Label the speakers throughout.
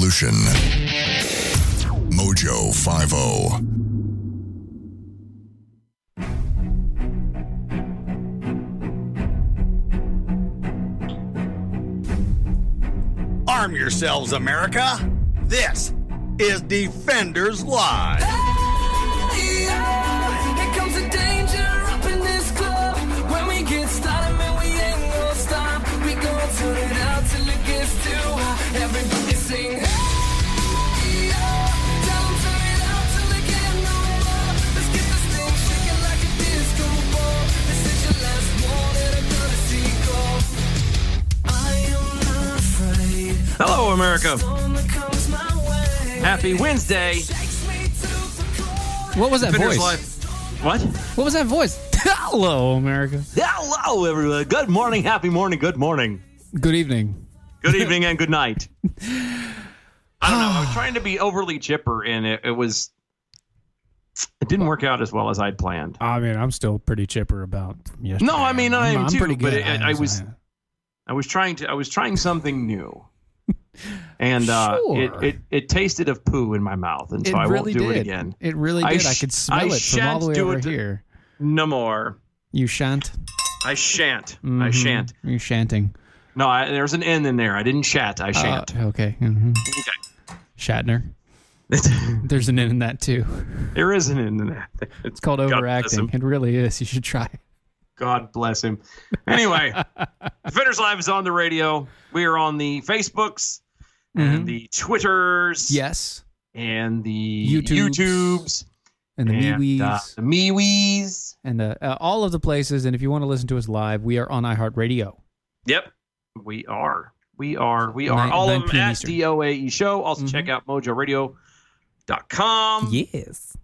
Speaker 1: Lucian. Mojo 50.
Speaker 2: Arm yourselves, America. This is Defenders Live.
Speaker 3: Here comes the danger up in this club. When we get started, man, we ain't gonna stop. We gonna turn it out till it gets too hot. Everybody sing. "Hey, oh." Tell 'em turn it out till they get no more. Let's get this thing shaking like a disco ball. This is your last one that I'm gonna see go. I am not afraid.
Speaker 4: Hello, America.
Speaker 3: Storm that comes my way.
Speaker 4: Happy Wednesday.
Speaker 3: Takes me to the core.
Speaker 5: What was that
Speaker 4: Defenders
Speaker 5: voice?
Speaker 4: Live. What?
Speaker 5: What was that voice? Hello, America.
Speaker 4: Hello, everyone. Good morning. Happy morning. Good morning.
Speaker 5: Good evening.
Speaker 4: Good evening and good night. I don't know. I was trying to be overly chipper, and it, it was. It didn't work out as well as I'd planned.
Speaker 5: I mean, I'm still pretty chipper about from yesterday.
Speaker 4: No, I mean, I am too,
Speaker 5: pretty
Speaker 4: but
Speaker 5: good.
Speaker 4: it- I- I was- I was trying to. I was trying something new, and uh,
Speaker 5: Sure.
Speaker 4: it, it it tasted of poo in my mouth, and so
Speaker 5: It
Speaker 4: I won't
Speaker 5: really
Speaker 4: do
Speaker 5: did.
Speaker 4: it again.
Speaker 5: It really
Speaker 4: I
Speaker 5: did. I
Speaker 4: sh-
Speaker 5: could smell
Speaker 4: I
Speaker 5: it from all
Speaker 4: shan't
Speaker 5: the way
Speaker 4: do
Speaker 5: over
Speaker 4: it.
Speaker 5: here.
Speaker 4: No more.
Speaker 5: You shan't.
Speaker 4: I shan't. I
Speaker 5: Mhm.
Speaker 4: shan't.
Speaker 5: You shanting.
Speaker 4: No, I, there's an N in there. I didn't shat. I shan't.
Speaker 5: Uh, okay. hmm
Speaker 4: Okay.
Speaker 5: Shatner. There's an N in that too.
Speaker 4: there is an N in there. It's
Speaker 5: It's called overacting.
Speaker 4: him.
Speaker 5: It really is. You should try. it.
Speaker 4: God bless him. Anyway, Defenders Live is on the radio. We are on the Facebooks
Speaker 5: Mm-hmm.
Speaker 4: and the Twitters
Speaker 5: Yes.
Speaker 4: and the
Speaker 5: YouTubes.
Speaker 4: YouTubes
Speaker 5: And the
Speaker 4: and,
Speaker 5: MeWe's.
Speaker 4: uh, the MeWe's.
Speaker 5: and uh, uh, all of the places. And if you want to listen to us live, we are on iHeartRadio.
Speaker 4: Yep. We are. We are. We are.
Speaker 5: Nine-
Speaker 4: All
Speaker 5: 9
Speaker 4: of them
Speaker 5: p.m.
Speaker 4: at
Speaker 5: Eastern.
Speaker 4: DOAE E Show. Also
Speaker 5: Mhm.
Speaker 4: check out mojoradio.com.
Speaker 5: Yes. Mm-hmm.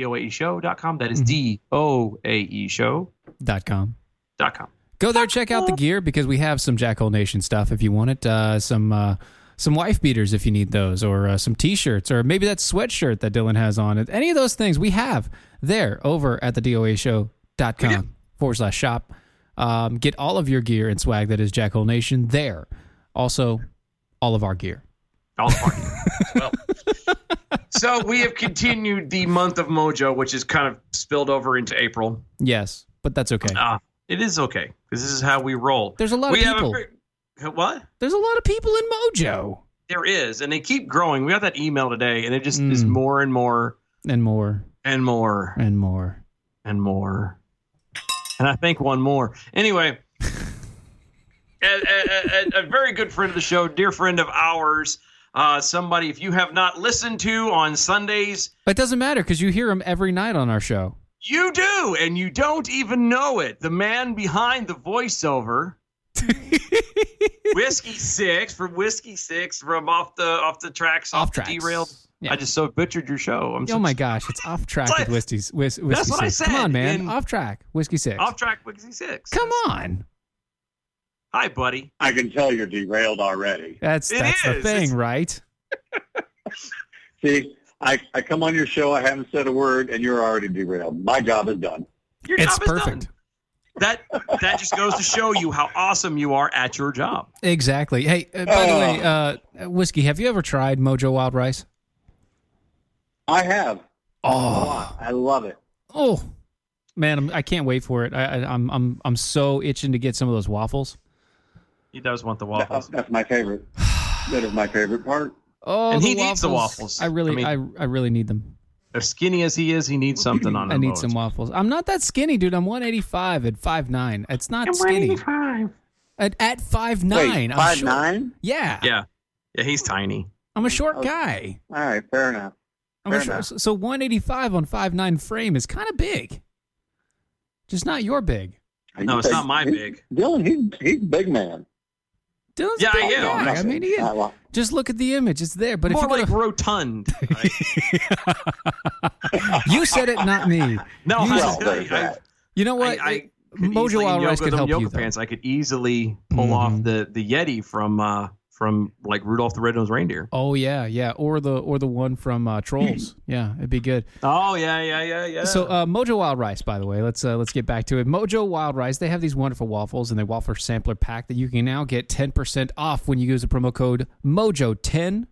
Speaker 4: DOAE Show.com. That is DOAE Show.com.
Speaker 5: Dot com. Go there, check out the gear because we have some Jackhole Nation stuff if you want it. Uh, some uh, some wife beaters if you need those, or uh, some T-shirts, or maybe that sweatshirt that Dylan has on. Any of those things we have there over at the DOAShow.com forward slash shop. Um, get all of your gear and swag that is Jackhole Nation there. Also, all of our gear.
Speaker 4: All the party. well. So we have continued the month of Mojo, which is kind of spilled over into April.
Speaker 5: Yes, but that's okay.
Speaker 4: Uh, it is okay. 'cause This is how we roll.
Speaker 5: There's a lot of
Speaker 4: we have
Speaker 5: people.
Speaker 4: pre- what?
Speaker 5: There's a lot of people in Mojo
Speaker 4: There is, and they keep growing. We got that email today, and it just is
Speaker 5: Mm.
Speaker 4: more and more
Speaker 5: and more
Speaker 4: and more
Speaker 5: and more.
Speaker 4: and more. And I think one more. Anyway, a, a- a- a very good friend of the show, dear friend of ours, uh, somebody if you have not listened to on Sundays,
Speaker 5: It doesn't matter because you hear them every night on our show.
Speaker 4: you do, and you don't even know it. The man behind the voiceover. Whiskey Six from Whiskey Six from off the off the tracks
Speaker 5: Off
Speaker 4: the
Speaker 5: tracks.
Speaker 4: derailed.
Speaker 5: Yeah.
Speaker 4: I just so butchered your show. I'm so
Speaker 5: Oh my gosh, it's off track
Speaker 4: It's
Speaker 5: with
Speaker 4: like-
Speaker 5: Whiskey's whis, whiskey
Speaker 4: what I
Speaker 5: six.
Speaker 4: said,
Speaker 5: Come on, man,
Speaker 4: and-
Speaker 5: off track whiskey six.
Speaker 4: off track Whiskey Six.
Speaker 5: Come on,
Speaker 4: Hi, buddy.
Speaker 6: I can tell you're derailed already.
Speaker 5: that's
Speaker 4: It
Speaker 5: that's the
Speaker 4: is.
Speaker 5: thing,
Speaker 4: It's-
Speaker 5: right?
Speaker 6: See, I, I come on your show, I haven't said a word, and you're already derailed. My job is done.
Speaker 4: Your
Speaker 5: It's
Speaker 4: job is done.
Speaker 5: perfect.
Speaker 4: That that just goes to show you how awesome you are at your job.
Speaker 5: Exactly. Hey, uh, by the
Speaker 4: Oh.
Speaker 5: way, uh, whiskey. Have you ever tried Mojo Wild Rice?
Speaker 6: I have.
Speaker 5: Oh,
Speaker 6: I love it.
Speaker 5: oh, man, I'm, I can't wait for it. I, I, I'm I'm I'm so itching to get some of those waffles.
Speaker 4: He does want the
Speaker 6: That-
Speaker 4: waffles.
Speaker 6: that's my favorite. That is my favorite part.
Speaker 5: Oh,
Speaker 4: And
Speaker 5: the
Speaker 4: he
Speaker 5: waffles.
Speaker 4: needs the waffles.
Speaker 5: I really,
Speaker 4: I
Speaker 5: I, I, really need them.
Speaker 4: As skinny as he is, he needs something on.
Speaker 5: I
Speaker 4: him,
Speaker 5: need
Speaker 4: Owens.
Speaker 5: some waffles. I'm not that skinny, dude. I'm 185 at 5'9". It's not skinny. At, at 5'9".
Speaker 6: Wait,
Speaker 5: I'm
Speaker 6: five
Speaker 5: short.
Speaker 6: nine?
Speaker 5: Yeah.
Speaker 4: Yeah, yeah. He's tiny.
Speaker 5: I'm a short
Speaker 6: Okay.
Speaker 5: guy.
Speaker 6: All right, fair enough.
Speaker 5: I'm
Speaker 6: Fair
Speaker 5: a short,
Speaker 6: enough.
Speaker 5: so 185 on 5'9 frame is kind of big. Just not your big.
Speaker 4: No, it's not my
Speaker 6: He-
Speaker 4: big.
Speaker 6: Dylan, he's he's a big man.
Speaker 5: Dylan's
Speaker 4: Yeah,
Speaker 5: a big
Speaker 4: I am.
Speaker 5: guy. I mean, he is.
Speaker 6: I,
Speaker 5: Just look at the image; it's there. But if
Speaker 4: More
Speaker 5: you're
Speaker 4: like
Speaker 5: gonna,
Speaker 4: rotund.
Speaker 5: you said it, not me.
Speaker 4: No,
Speaker 5: you,
Speaker 6: Well,
Speaker 4: I,
Speaker 6: there's
Speaker 4: I-
Speaker 6: that.
Speaker 5: you know
Speaker 4: I,
Speaker 5: what?
Speaker 4: I, could
Speaker 5: Mojo
Speaker 4: easily
Speaker 5: Wild
Speaker 4: yoga
Speaker 5: Rice could
Speaker 4: them
Speaker 5: help
Speaker 4: yoga
Speaker 5: you. though.
Speaker 4: pants. I could easily pull
Speaker 5: Mhm.
Speaker 4: off the the Yeti from uh from like Rudolph the Red-Nosed Reindeer.
Speaker 5: Oh yeah, yeah, or the or the one from uh, Trolls. yeah, it'd be good.
Speaker 4: Oh yeah, yeah, yeah, yeah.
Speaker 5: So uh, Mojo Wild Rice, by the way, let's uh, let's get back to it. Mojo Wild Rice, they have these wonderful waffles and their waffle sampler pack that you can now get ten percent off when you use the promo code Mojo ten.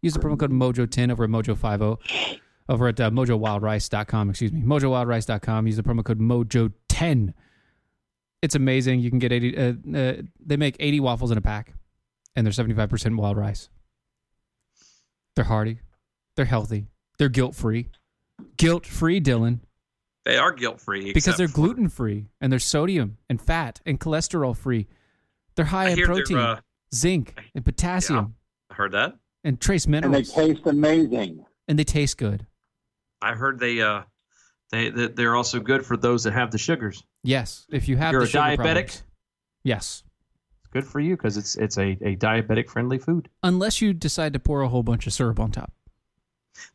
Speaker 5: Use the promo code Mojo ten over at Mojo five zero over at uh, MojoWildRice.com. Excuse me, MojoWildRice.com. Use the promo code Mojo ten. It's amazing. You can get eighty. Uh, uh, they make eighty waffles in a pack, and they're seventy five percent wild rice. They're hearty. They're healthy. They're guilt free. Guilt free, Dylan
Speaker 4: they are guilt free
Speaker 5: because they're gluten free and they're sodium and fat and cholesterol free. They're high
Speaker 4: I
Speaker 5: in
Speaker 4: hear they're,
Speaker 5: protein,
Speaker 4: uh,
Speaker 5: zinc, and potassium
Speaker 4: I heard that.
Speaker 5: and trace
Speaker 6: and they
Speaker 5: minerals,
Speaker 6: taste amazing.
Speaker 5: taste good.
Speaker 4: I heard they uh they that they're also good for those that have the sugars.
Speaker 5: Yes, if you have
Speaker 4: You're
Speaker 5: the
Speaker 4: a
Speaker 5: sugar
Speaker 4: diabetic?
Speaker 5: problems. Yes,
Speaker 4: It's good for you because it's it's a, a diabetic friendly food.
Speaker 5: unless you decide to pour a whole bunch of syrup on top.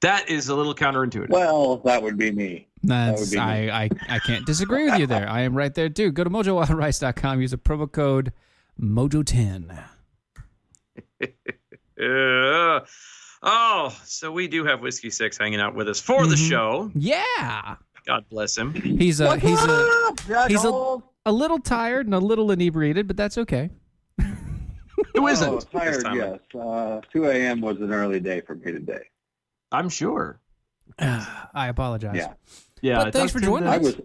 Speaker 4: That is a little counterintuitive.
Speaker 6: Well, that would be me.
Speaker 5: That's
Speaker 6: would be me.
Speaker 5: I, I I can't disagree with you there. I am right there too. Go to mojowildrice.com. Use a promo code Mojo10.
Speaker 4: Uh, oh, so we do have whiskey six hanging out with us for
Speaker 5: Mm-hmm.
Speaker 4: the show.
Speaker 5: Yeah,
Speaker 4: God bless him.
Speaker 5: he's a Uh, he's a, he's a,
Speaker 6: Jackal?
Speaker 5: a little tired and a little inebriated, but that's okay.
Speaker 4: Who
Speaker 6: Oh,
Speaker 4: isn't? this
Speaker 6: tired,
Speaker 4: time?
Speaker 6: yes. Uh, 2 a.m. was an early day for me today.
Speaker 4: I'm sure.
Speaker 5: I apologize.
Speaker 6: Yeah.
Speaker 4: Yeah.
Speaker 5: But
Speaker 4: it
Speaker 5: thanks
Speaker 4: does
Speaker 5: for
Speaker 4: tend
Speaker 5: joining
Speaker 4: to-
Speaker 6: I
Speaker 5: us.
Speaker 6: was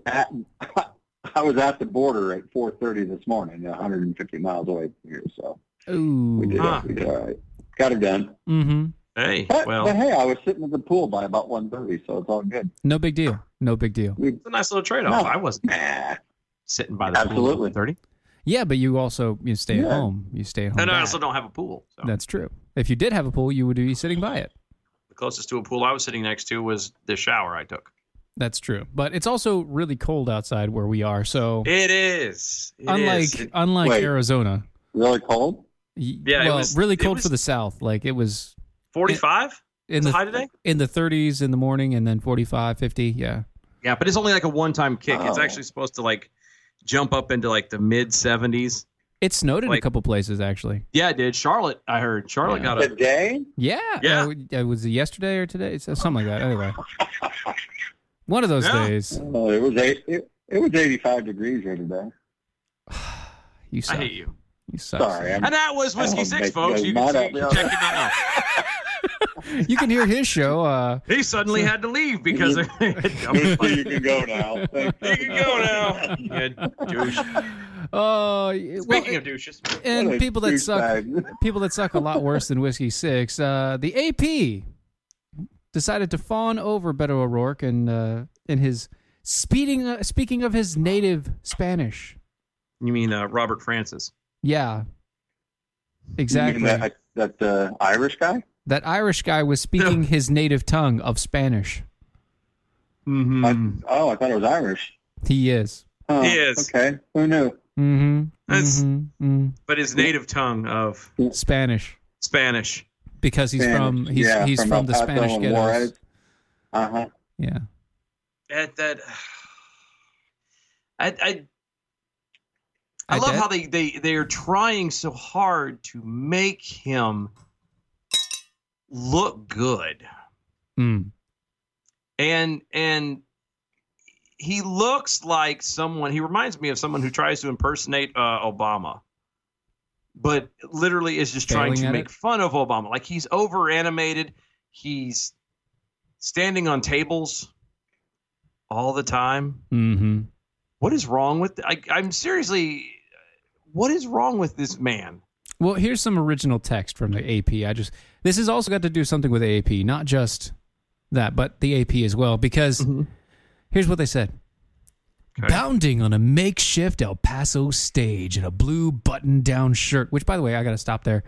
Speaker 6: at I was at the border at 4:30 this morning, 150 miles away from here. So we did,
Speaker 5: Ooh.
Speaker 4: Ah.
Speaker 6: we did all right. Got it done.
Speaker 5: Mm-hmm.
Speaker 4: Hey,
Speaker 6: But,
Speaker 4: well,
Speaker 6: but
Speaker 4: it's
Speaker 6: hey, I was sitting at the pool by about 1:30, so it's all good.
Speaker 5: No big deal. No big deal.
Speaker 6: We,
Speaker 4: a nice little trade off.
Speaker 6: No.
Speaker 4: I wasn't
Speaker 6: nah,
Speaker 4: sitting by the
Speaker 6: Absolutely.
Speaker 4: thirty.
Speaker 5: Yeah, but you also you stay at
Speaker 6: Yeah.
Speaker 5: home. You stay at home.
Speaker 4: And I
Speaker 5: dad.
Speaker 4: also don't have a pool. So
Speaker 5: That's true. If you did have a pool, you would be sitting by it.
Speaker 4: the closest to a pool I was sitting next to was the shower I took.
Speaker 5: That's true. But it's also really cold outside where we are. So
Speaker 4: It is. It is.
Speaker 5: unlike
Speaker 4: It-
Speaker 5: unlike
Speaker 6: Wait.
Speaker 5: Arizona,
Speaker 6: really cold.
Speaker 5: y-
Speaker 4: Yeah, it
Speaker 5: well,
Speaker 4: was-
Speaker 5: really
Speaker 4: it
Speaker 5: cold for
Speaker 4: was-
Speaker 5: the south. Like it was
Speaker 4: forty-five.
Speaker 5: in
Speaker 4: Is it
Speaker 5: the
Speaker 4: high today?
Speaker 5: in the 30s in the morning, and then 45, 50. Yeah.
Speaker 4: Yeah, but it's only like a one-time kick. It's
Speaker 6: Oh.
Speaker 4: actually supposed to like jump up into like the mid seventies.
Speaker 5: It snowed in a
Speaker 4: Like-
Speaker 5: couple places actually.
Speaker 4: Yeah, it did. Charlotte, I heard. Charlotte
Speaker 5: Yeah.
Speaker 4: got a
Speaker 6: Today,
Speaker 5: Yeah.
Speaker 4: Yeah.
Speaker 5: Uh, it was it yesterday or today? So- Something like that. Anyway, one of those
Speaker 4: Yeah.
Speaker 5: days.
Speaker 6: oh, it was eight. It, it was 85 degrees here today.
Speaker 5: You
Speaker 4: I
Speaker 5: suck.
Speaker 4: hate you.
Speaker 5: You suck.
Speaker 6: Sorry, I'm,
Speaker 4: And that was Whiskey
Speaker 6: Oh,
Speaker 4: Six,
Speaker 6: make
Speaker 4: folks.
Speaker 6: those
Speaker 4: You can
Speaker 6: mad
Speaker 4: see,
Speaker 6: at me.
Speaker 4: check him out.
Speaker 5: You can hear his show. Uh,
Speaker 4: He suddenly had to leave because I'm
Speaker 6: you can go now. Thank
Speaker 4: you can go now. Yeah, douche.
Speaker 5: oh, uh, well,
Speaker 4: Speaking of douches,
Speaker 6: What
Speaker 5: and
Speaker 6: a
Speaker 5: people that suck,
Speaker 6: douchebag.
Speaker 5: people that suck a lot worse than Whiskey Six. Uh, the AP decided to fawn over Beto O'Rourke and uh, in his speeding. Uh, speaking of his native Spanish,
Speaker 4: you mean uh, Robert Francis?
Speaker 5: yeah,
Speaker 6: You
Speaker 5: exactly.
Speaker 6: mean
Speaker 5: That,
Speaker 6: That, that uh, Irish guy?
Speaker 5: Irish guy was speaking his native tongue of Spanish.
Speaker 6: I-
Speaker 4: Mm-hmm.
Speaker 6: oh, I thought it was Irish.
Speaker 5: He is.
Speaker 6: Oh,
Speaker 4: He is.
Speaker 6: Okay. Who knew?
Speaker 5: Mm-hmm.
Speaker 4: That's-
Speaker 5: mm-hmm.
Speaker 4: But his native tongue of
Speaker 5: Spanish
Speaker 4: Spanish.
Speaker 5: because he's from
Speaker 6: Spanish.
Speaker 5: he's
Speaker 6: Yeah,
Speaker 5: he's from, the
Speaker 6: El Paso
Speaker 5: Spanish
Speaker 6: and
Speaker 5: ghettos.
Speaker 6: Juarez. Uh-huh.
Speaker 5: Yeah.
Speaker 4: That that. I I,
Speaker 5: I
Speaker 4: I love
Speaker 5: did.
Speaker 4: how they they they are trying so hard to make him look good.
Speaker 5: Mm.
Speaker 4: and and he looks like someone he reminds me of someone who tries to impersonate uh, obama but literally is just trying
Speaker 5: Failing
Speaker 4: to
Speaker 5: at
Speaker 4: make
Speaker 5: it?
Speaker 4: fun of obama like he's over animated he's standing on tables all the time
Speaker 5: Mm-hmm.
Speaker 4: what is wrong with I, i'm seriously what is wrong with this man
Speaker 5: Well, here's some original text from the AP. I just this has also got to do something with the AP, not just that, but the AP as well. Because
Speaker 6: Mm-hmm.
Speaker 5: here's what they said.
Speaker 4: Okay.
Speaker 5: Bounding on a makeshift El Paso stage in a blue button-down shirt, which, by the way, I got to stop there.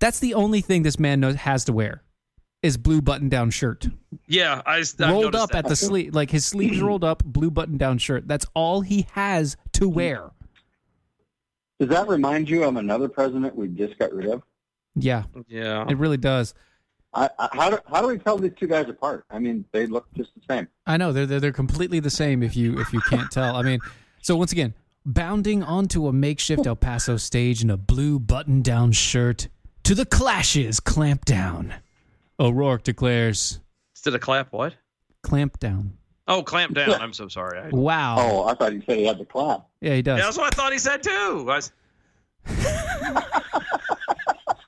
Speaker 5: That's the only thing this man knows has to wear is blue button-down shirt.
Speaker 4: yeah i
Speaker 5: rolled up at the sleeve, like his sleeves rolled up, blue button-down shirt. That's all he has
Speaker 4: Mm.
Speaker 5: to wear.
Speaker 6: Does that remind you of another president we just got rid of?
Speaker 5: Yeah,
Speaker 4: Yeah.
Speaker 5: it really does.
Speaker 6: I, I, how do how do we tell these two guys apart? I mean, they look just the same.
Speaker 5: I know they're, they're they're completely the same if you if you can't tell. I mean, so once again, bounding onto a makeshift El Paso stage in a blue button-down shirt to the Clash's "Clamp Down," O'Rourke declares,
Speaker 4: Instead of clap, what?
Speaker 5: "Clamp Down."
Speaker 4: Oh, clamp down. I'm so sorry. I,
Speaker 5: Wow.
Speaker 6: Oh, I thought you said he had the clap.
Speaker 5: Yeah, he does.
Speaker 4: Yeah, that's what I thought he said too. I was,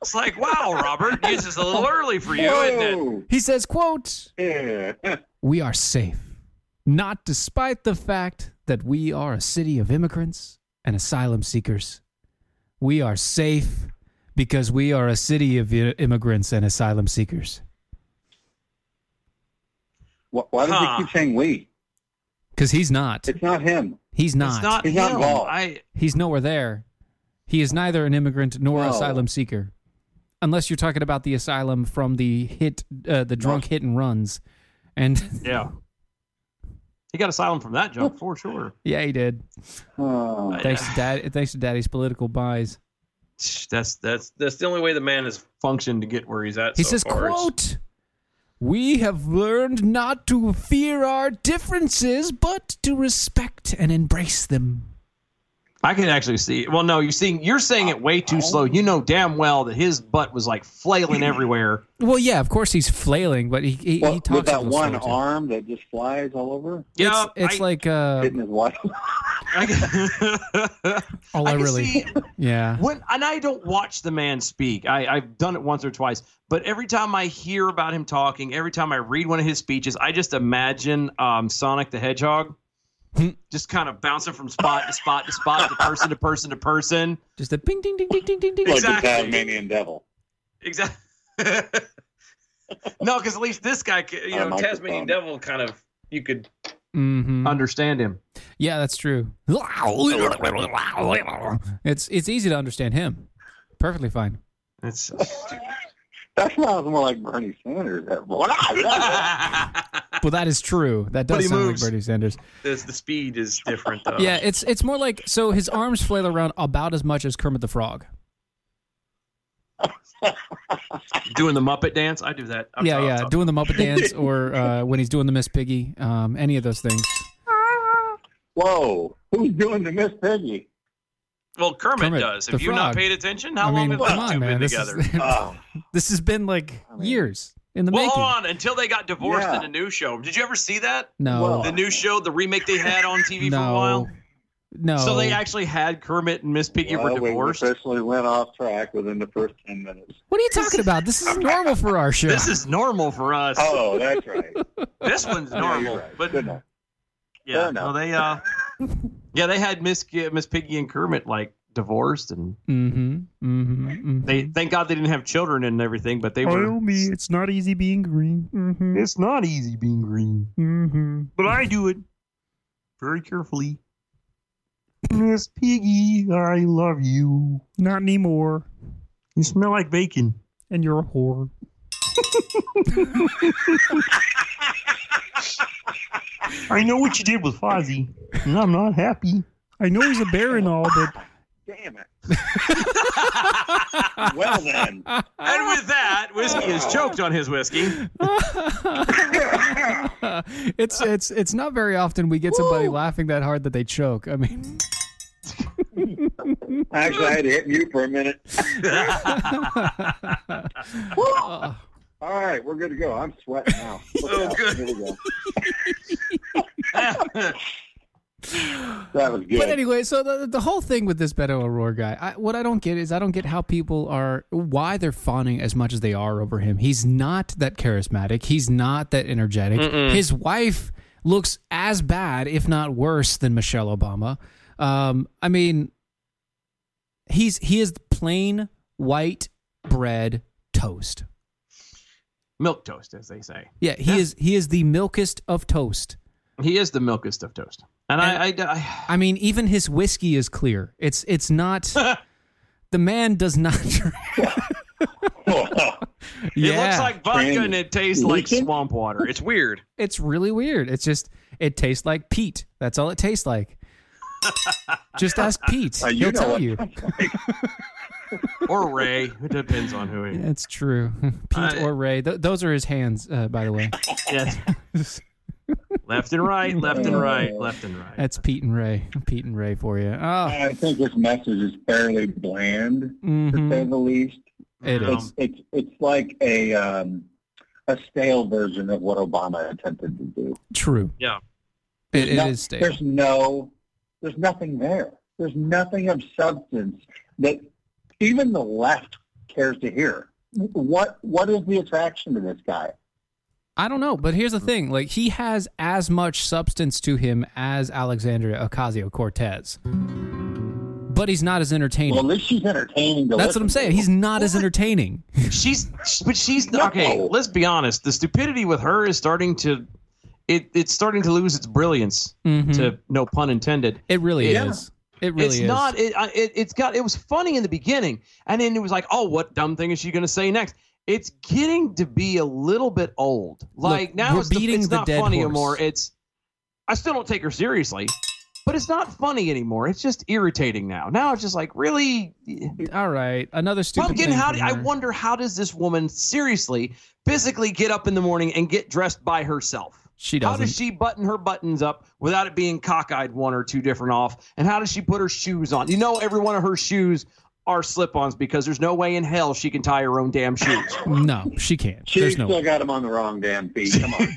Speaker 4: it's like, wow, Robert, this is a little early for you, isn't it?
Speaker 6: Whoa!
Speaker 5: He says, "Quote."
Speaker 6: Yeah.
Speaker 5: we are safe. Not despite the fact that we are a city of immigrants and asylum seekers. We are safe because we are a city of i- immigrants and asylum seekers.
Speaker 6: Why, why does
Speaker 4: Huh.
Speaker 6: he keep saying we?
Speaker 5: Because he's not.
Speaker 6: It's not him.
Speaker 5: He's not.
Speaker 4: It's not
Speaker 6: He's not
Speaker 4: him.
Speaker 6: involved.
Speaker 4: I
Speaker 5: He's nowhere there. He is neither an immigrant nor
Speaker 6: No.
Speaker 5: asylum seeker. Unless you're talking about the asylum from the hit, uh, the drunk hit and runs, and
Speaker 4: yeah. He got asylum from that jump for sure.
Speaker 5: yeah, he did.
Speaker 6: Oh.
Speaker 5: Thanks to dad, thanks to daddy's political buys.
Speaker 4: That's that's that's the only way the man has functioned to get where he's at.
Speaker 5: He
Speaker 4: so
Speaker 5: says,
Speaker 4: far. It's-
Speaker 5: quote, we have learned not to fear our differences, but to respect and embrace them.
Speaker 4: I can actually see. Well, no, you're seeing you're saying it way
Speaker 5: Oh.
Speaker 4: too slow. You know damn well that his butt was like flailing everywhere.
Speaker 5: Well, yeah, of course he's flailing, but he, he,
Speaker 6: Well,
Speaker 5: he talks
Speaker 6: with that
Speaker 5: a little
Speaker 6: one
Speaker 5: slower, too.
Speaker 6: arm that just flies all over,
Speaker 4: Yeah,
Speaker 5: It's, it's
Speaker 4: I-
Speaker 5: like, uh,
Speaker 6: hitting his wife.
Speaker 4: I,
Speaker 5: all
Speaker 4: I
Speaker 5: I,
Speaker 4: can
Speaker 5: really,
Speaker 4: see-
Speaker 5: yeah.
Speaker 4: When and I don't watch the man speak. I, I've done it once or twice, but every time I hear about him talking, every time I read one of his speeches, I just imagine um, Sonic the Hedgehog
Speaker 5: Hmm.
Speaker 4: just kind of bouncing from spot to spot to spot to person to person to person.
Speaker 5: Just a bing, ding, ding, ding, ding, ding, ding.
Speaker 6: like
Speaker 4: Exactly.
Speaker 6: the Tasmanian devil.
Speaker 4: Exactly. no, because at least this guy, c- you
Speaker 6: On a
Speaker 4: know, Tasmanian
Speaker 6: microphone.
Speaker 4: Devil, kind of you could
Speaker 5: Mhm.
Speaker 4: understand him.
Speaker 5: Yeah, that's true. It's, it's easy to understand him. Perfectly fine.
Speaker 4: It's.
Speaker 6: That sounds more like Bernie Sanders. That voice.
Speaker 5: Well, that is true. That
Speaker 4: But
Speaker 5: does
Speaker 4: he
Speaker 5: sound
Speaker 4: moves. Oh.
Speaker 5: like Bernie Sanders.
Speaker 4: There's- the speed is different though.
Speaker 5: Yeah, it's it's more like so his arms flail around about as much as Kermit the Frog.
Speaker 4: doing the Muppet dance. I do that. I'm
Speaker 5: yeah,
Speaker 4: sorry,
Speaker 5: yeah,
Speaker 4: I'm sorry.
Speaker 5: doing the Muppet dance or uh, when he's doing the Miss Piggy, um, any of those things.
Speaker 6: Whoa! Who's doing the Miss Piggy?
Speaker 4: Well, Kermit,
Speaker 5: Kermit
Speaker 4: does.
Speaker 5: the
Speaker 4: Have you
Speaker 5: Frog.
Speaker 4: not paid attention? How
Speaker 5: I
Speaker 4: long
Speaker 5: mean,
Speaker 4: have
Speaker 5: come
Speaker 4: those
Speaker 5: on,
Speaker 4: two
Speaker 5: man,
Speaker 4: been
Speaker 5: this
Speaker 4: together?
Speaker 5: Is,
Speaker 6: Oh,
Speaker 5: this has been like
Speaker 6: mean-
Speaker 5: years in the
Speaker 4: well,
Speaker 5: making.
Speaker 4: hold on until they got divorced
Speaker 6: Yeah.
Speaker 4: in the new show. Did you ever see that?
Speaker 5: No,
Speaker 6: Well,
Speaker 4: The new show, the remake they had on TV
Speaker 5: Uh, no,
Speaker 4: for a while.
Speaker 5: no.
Speaker 4: So they actually had Kermit and Miss Piggy
Speaker 6: well,
Speaker 4: were divorced.
Speaker 6: We officially went off track within the first ten minutes.
Speaker 5: what are you talking about? This is normal for our show.
Speaker 4: This is normal for us.
Speaker 6: Oh, that's right.
Speaker 4: This one's
Speaker 6: Yeah, you're
Speaker 4: normal,
Speaker 6: right.
Speaker 4: but
Speaker 6: Good enough. fair
Speaker 4: yeah, no,
Speaker 6: enough.
Speaker 4: they uh, yeah, they had Miss uh, Miss Piggy and Kermit like divorced, and
Speaker 5: mm-hmm, mm-hmm, mm-hmm.
Speaker 4: they thank God they didn't have children and everything, but they were.
Speaker 5: me, it's not easy being green. Mm-hmm,
Speaker 4: It's not easy being green.
Speaker 5: mm-hmm.
Speaker 4: but I do it very carefully. Miss Piggy, I love you.
Speaker 5: Not anymore.
Speaker 4: You smell like bacon.
Speaker 5: And you're a whore.
Speaker 4: I know what you did with Fozzie, and I'm not happy.
Speaker 5: I know he's a bear and all, but
Speaker 6: Damn it. well then.
Speaker 4: And with that, Whiskey is choked on his whiskey.
Speaker 5: it's it's it's not very often we get somebody laughing that hard that they choke. I mean,
Speaker 6: Actually, I had to hit mute for a minute.
Speaker 5: uh,
Speaker 6: All right, we're good to go. I'm sweating now. Look
Speaker 4: Oh,
Speaker 6: out.
Speaker 4: good.
Speaker 6: Here we go. That was good.
Speaker 5: But anyway, so the, the whole thing with this Beto O'Rourke guy, I, what I don't get is I don't get how people are why they're fawning as much as they are over him. He's not that charismatic. He's not that energetic. His wife looks as bad, if not worse, than Michelle Obama. Um, I mean, he's he is plain white bread toast.
Speaker 4: Milk toast, as they say.
Speaker 5: Yeah, he is he is the milkest of toast.
Speaker 4: He is the milkest of toast. And, I, I,
Speaker 5: I mean, even his whiskey is clear. It's it's not.
Speaker 4: I
Speaker 5: The man does not drink.
Speaker 4: it looks like vodka and it tastes like
Speaker 6: Leaking?
Speaker 4: swamp water. It's weird.
Speaker 5: it's really weird. It's just it tastes like Pete. That's all it tastes like. just ask Pete.
Speaker 6: Uh, you
Speaker 5: He'll
Speaker 6: know
Speaker 5: tell
Speaker 6: what
Speaker 5: you.
Speaker 4: or Ray. It depends on who he is.
Speaker 5: That's true. Pete
Speaker 4: Uh,
Speaker 5: or Ray. Th- those are his hands, uh, by the way.
Speaker 4: Yes. left and right, left and right, left and right.
Speaker 5: That's Pete and Ray. Pete and Ray for you. Oh,
Speaker 6: I think this message is fairly bland, to say
Speaker 5: mhm.
Speaker 6: the least.
Speaker 5: it
Speaker 4: Um,
Speaker 5: is.
Speaker 6: It's it's like a um, a stale version of what Obama attempted to do.
Speaker 5: True.
Speaker 4: Yeah.
Speaker 5: It, it
Speaker 6: No-
Speaker 5: is stale.
Speaker 6: There's no, there's nothing there. There's nothing of substance that even the left cares to hear. What what is the attraction to this guy?
Speaker 5: I don't know, but here's the thing: like he has as much substance to him as Alexandria Ocasio Cortez, but he's not as entertaining.
Speaker 6: Well, at least she's entertaining. To
Speaker 5: That's what
Speaker 6: listen
Speaker 5: I'm saying.
Speaker 6: to.
Speaker 5: He's not as entertaining.
Speaker 4: She's, but she's okay.
Speaker 6: No.
Speaker 4: Let's be honest. The stupidity with her is starting to, it it's starting to lose its brilliance.
Speaker 5: Mhm.
Speaker 4: To no pun intended.
Speaker 5: It really
Speaker 6: Yeah.
Speaker 5: is. It really
Speaker 4: it's
Speaker 5: is.
Speaker 4: not. It, I- it it's got. It was funny in the beginning, and then it was like, oh, what dumb thing is she going to say next? It's getting to be a little bit old. Like now,
Speaker 5: we're
Speaker 4: it's, the-
Speaker 5: beating
Speaker 4: it's
Speaker 5: the
Speaker 4: not
Speaker 5: dead
Speaker 4: funny
Speaker 5: horse.
Speaker 4: anymore. It's. I still don't take her seriously, but it's not funny anymore. It's just irritating now. Now it's just like really.
Speaker 5: All right, another stupid.
Speaker 4: Pumpkin,
Speaker 5: thing
Speaker 4: how
Speaker 5: from
Speaker 4: do, I
Speaker 5: her.
Speaker 4: wonder how does this woman seriously, physically get up in the morning and get dressed by herself?
Speaker 5: She
Speaker 4: How
Speaker 5: doesn't.
Speaker 4: does she button her buttons up without it being cockeyed one or two different off? And how does she put her shoes on? You know, every one of her shoes are slip-ons because there's no way in hell she can tie her own damn shoes.
Speaker 5: No, she can't.
Speaker 6: She's
Speaker 5: There's no.
Speaker 6: still got him on the wrong damn feet. Come on.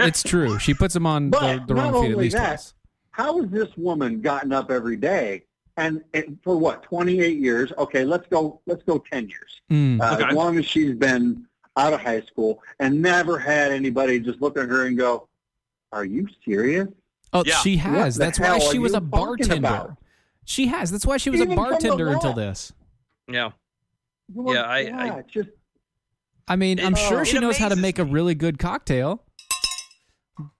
Speaker 5: It's true. She puts him on the,
Speaker 6: But
Speaker 5: the
Speaker 6: not
Speaker 5: wrong feet at
Speaker 6: only
Speaker 5: least
Speaker 6: that-
Speaker 5: twice.
Speaker 6: how has this woman gotten up every day and it, for what 28 years okay let's go let's go 10 years
Speaker 5: Mm.
Speaker 6: uh,
Speaker 4: Okay.
Speaker 6: as long as she's been out of high school and never had anybody just look at her and go are you serious
Speaker 5: Oh,
Speaker 4: Yeah.
Speaker 5: she
Speaker 6: What
Speaker 5: has.
Speaker 6: the
Speaker 5: That's why
Speaker 6: hell are
Speaker 5: she was
Speaker 6: you
Speaker 5: a
Speaker 6: talking
Speaker 5: bartender.
Speaker 6: about?
Speaker 5: She has. That's why she was a
Speaker 6: Even from the
Speaker 5: bartender until
Speaker 6: left.
Speaker 5: this.
Speaker 4: Yeah.
Speaker 6: Well,
Speaker 4: Yeah, I- I-
Speaker 6: God, just
Speaker 5: I mean, I'm
Speaker 4: It-
Speaker 5: sure
Speaker 4: Oh, it
Speaker 5: she knows how to
Speaker 4: amazes
Speaker 5: make a really good cocktail.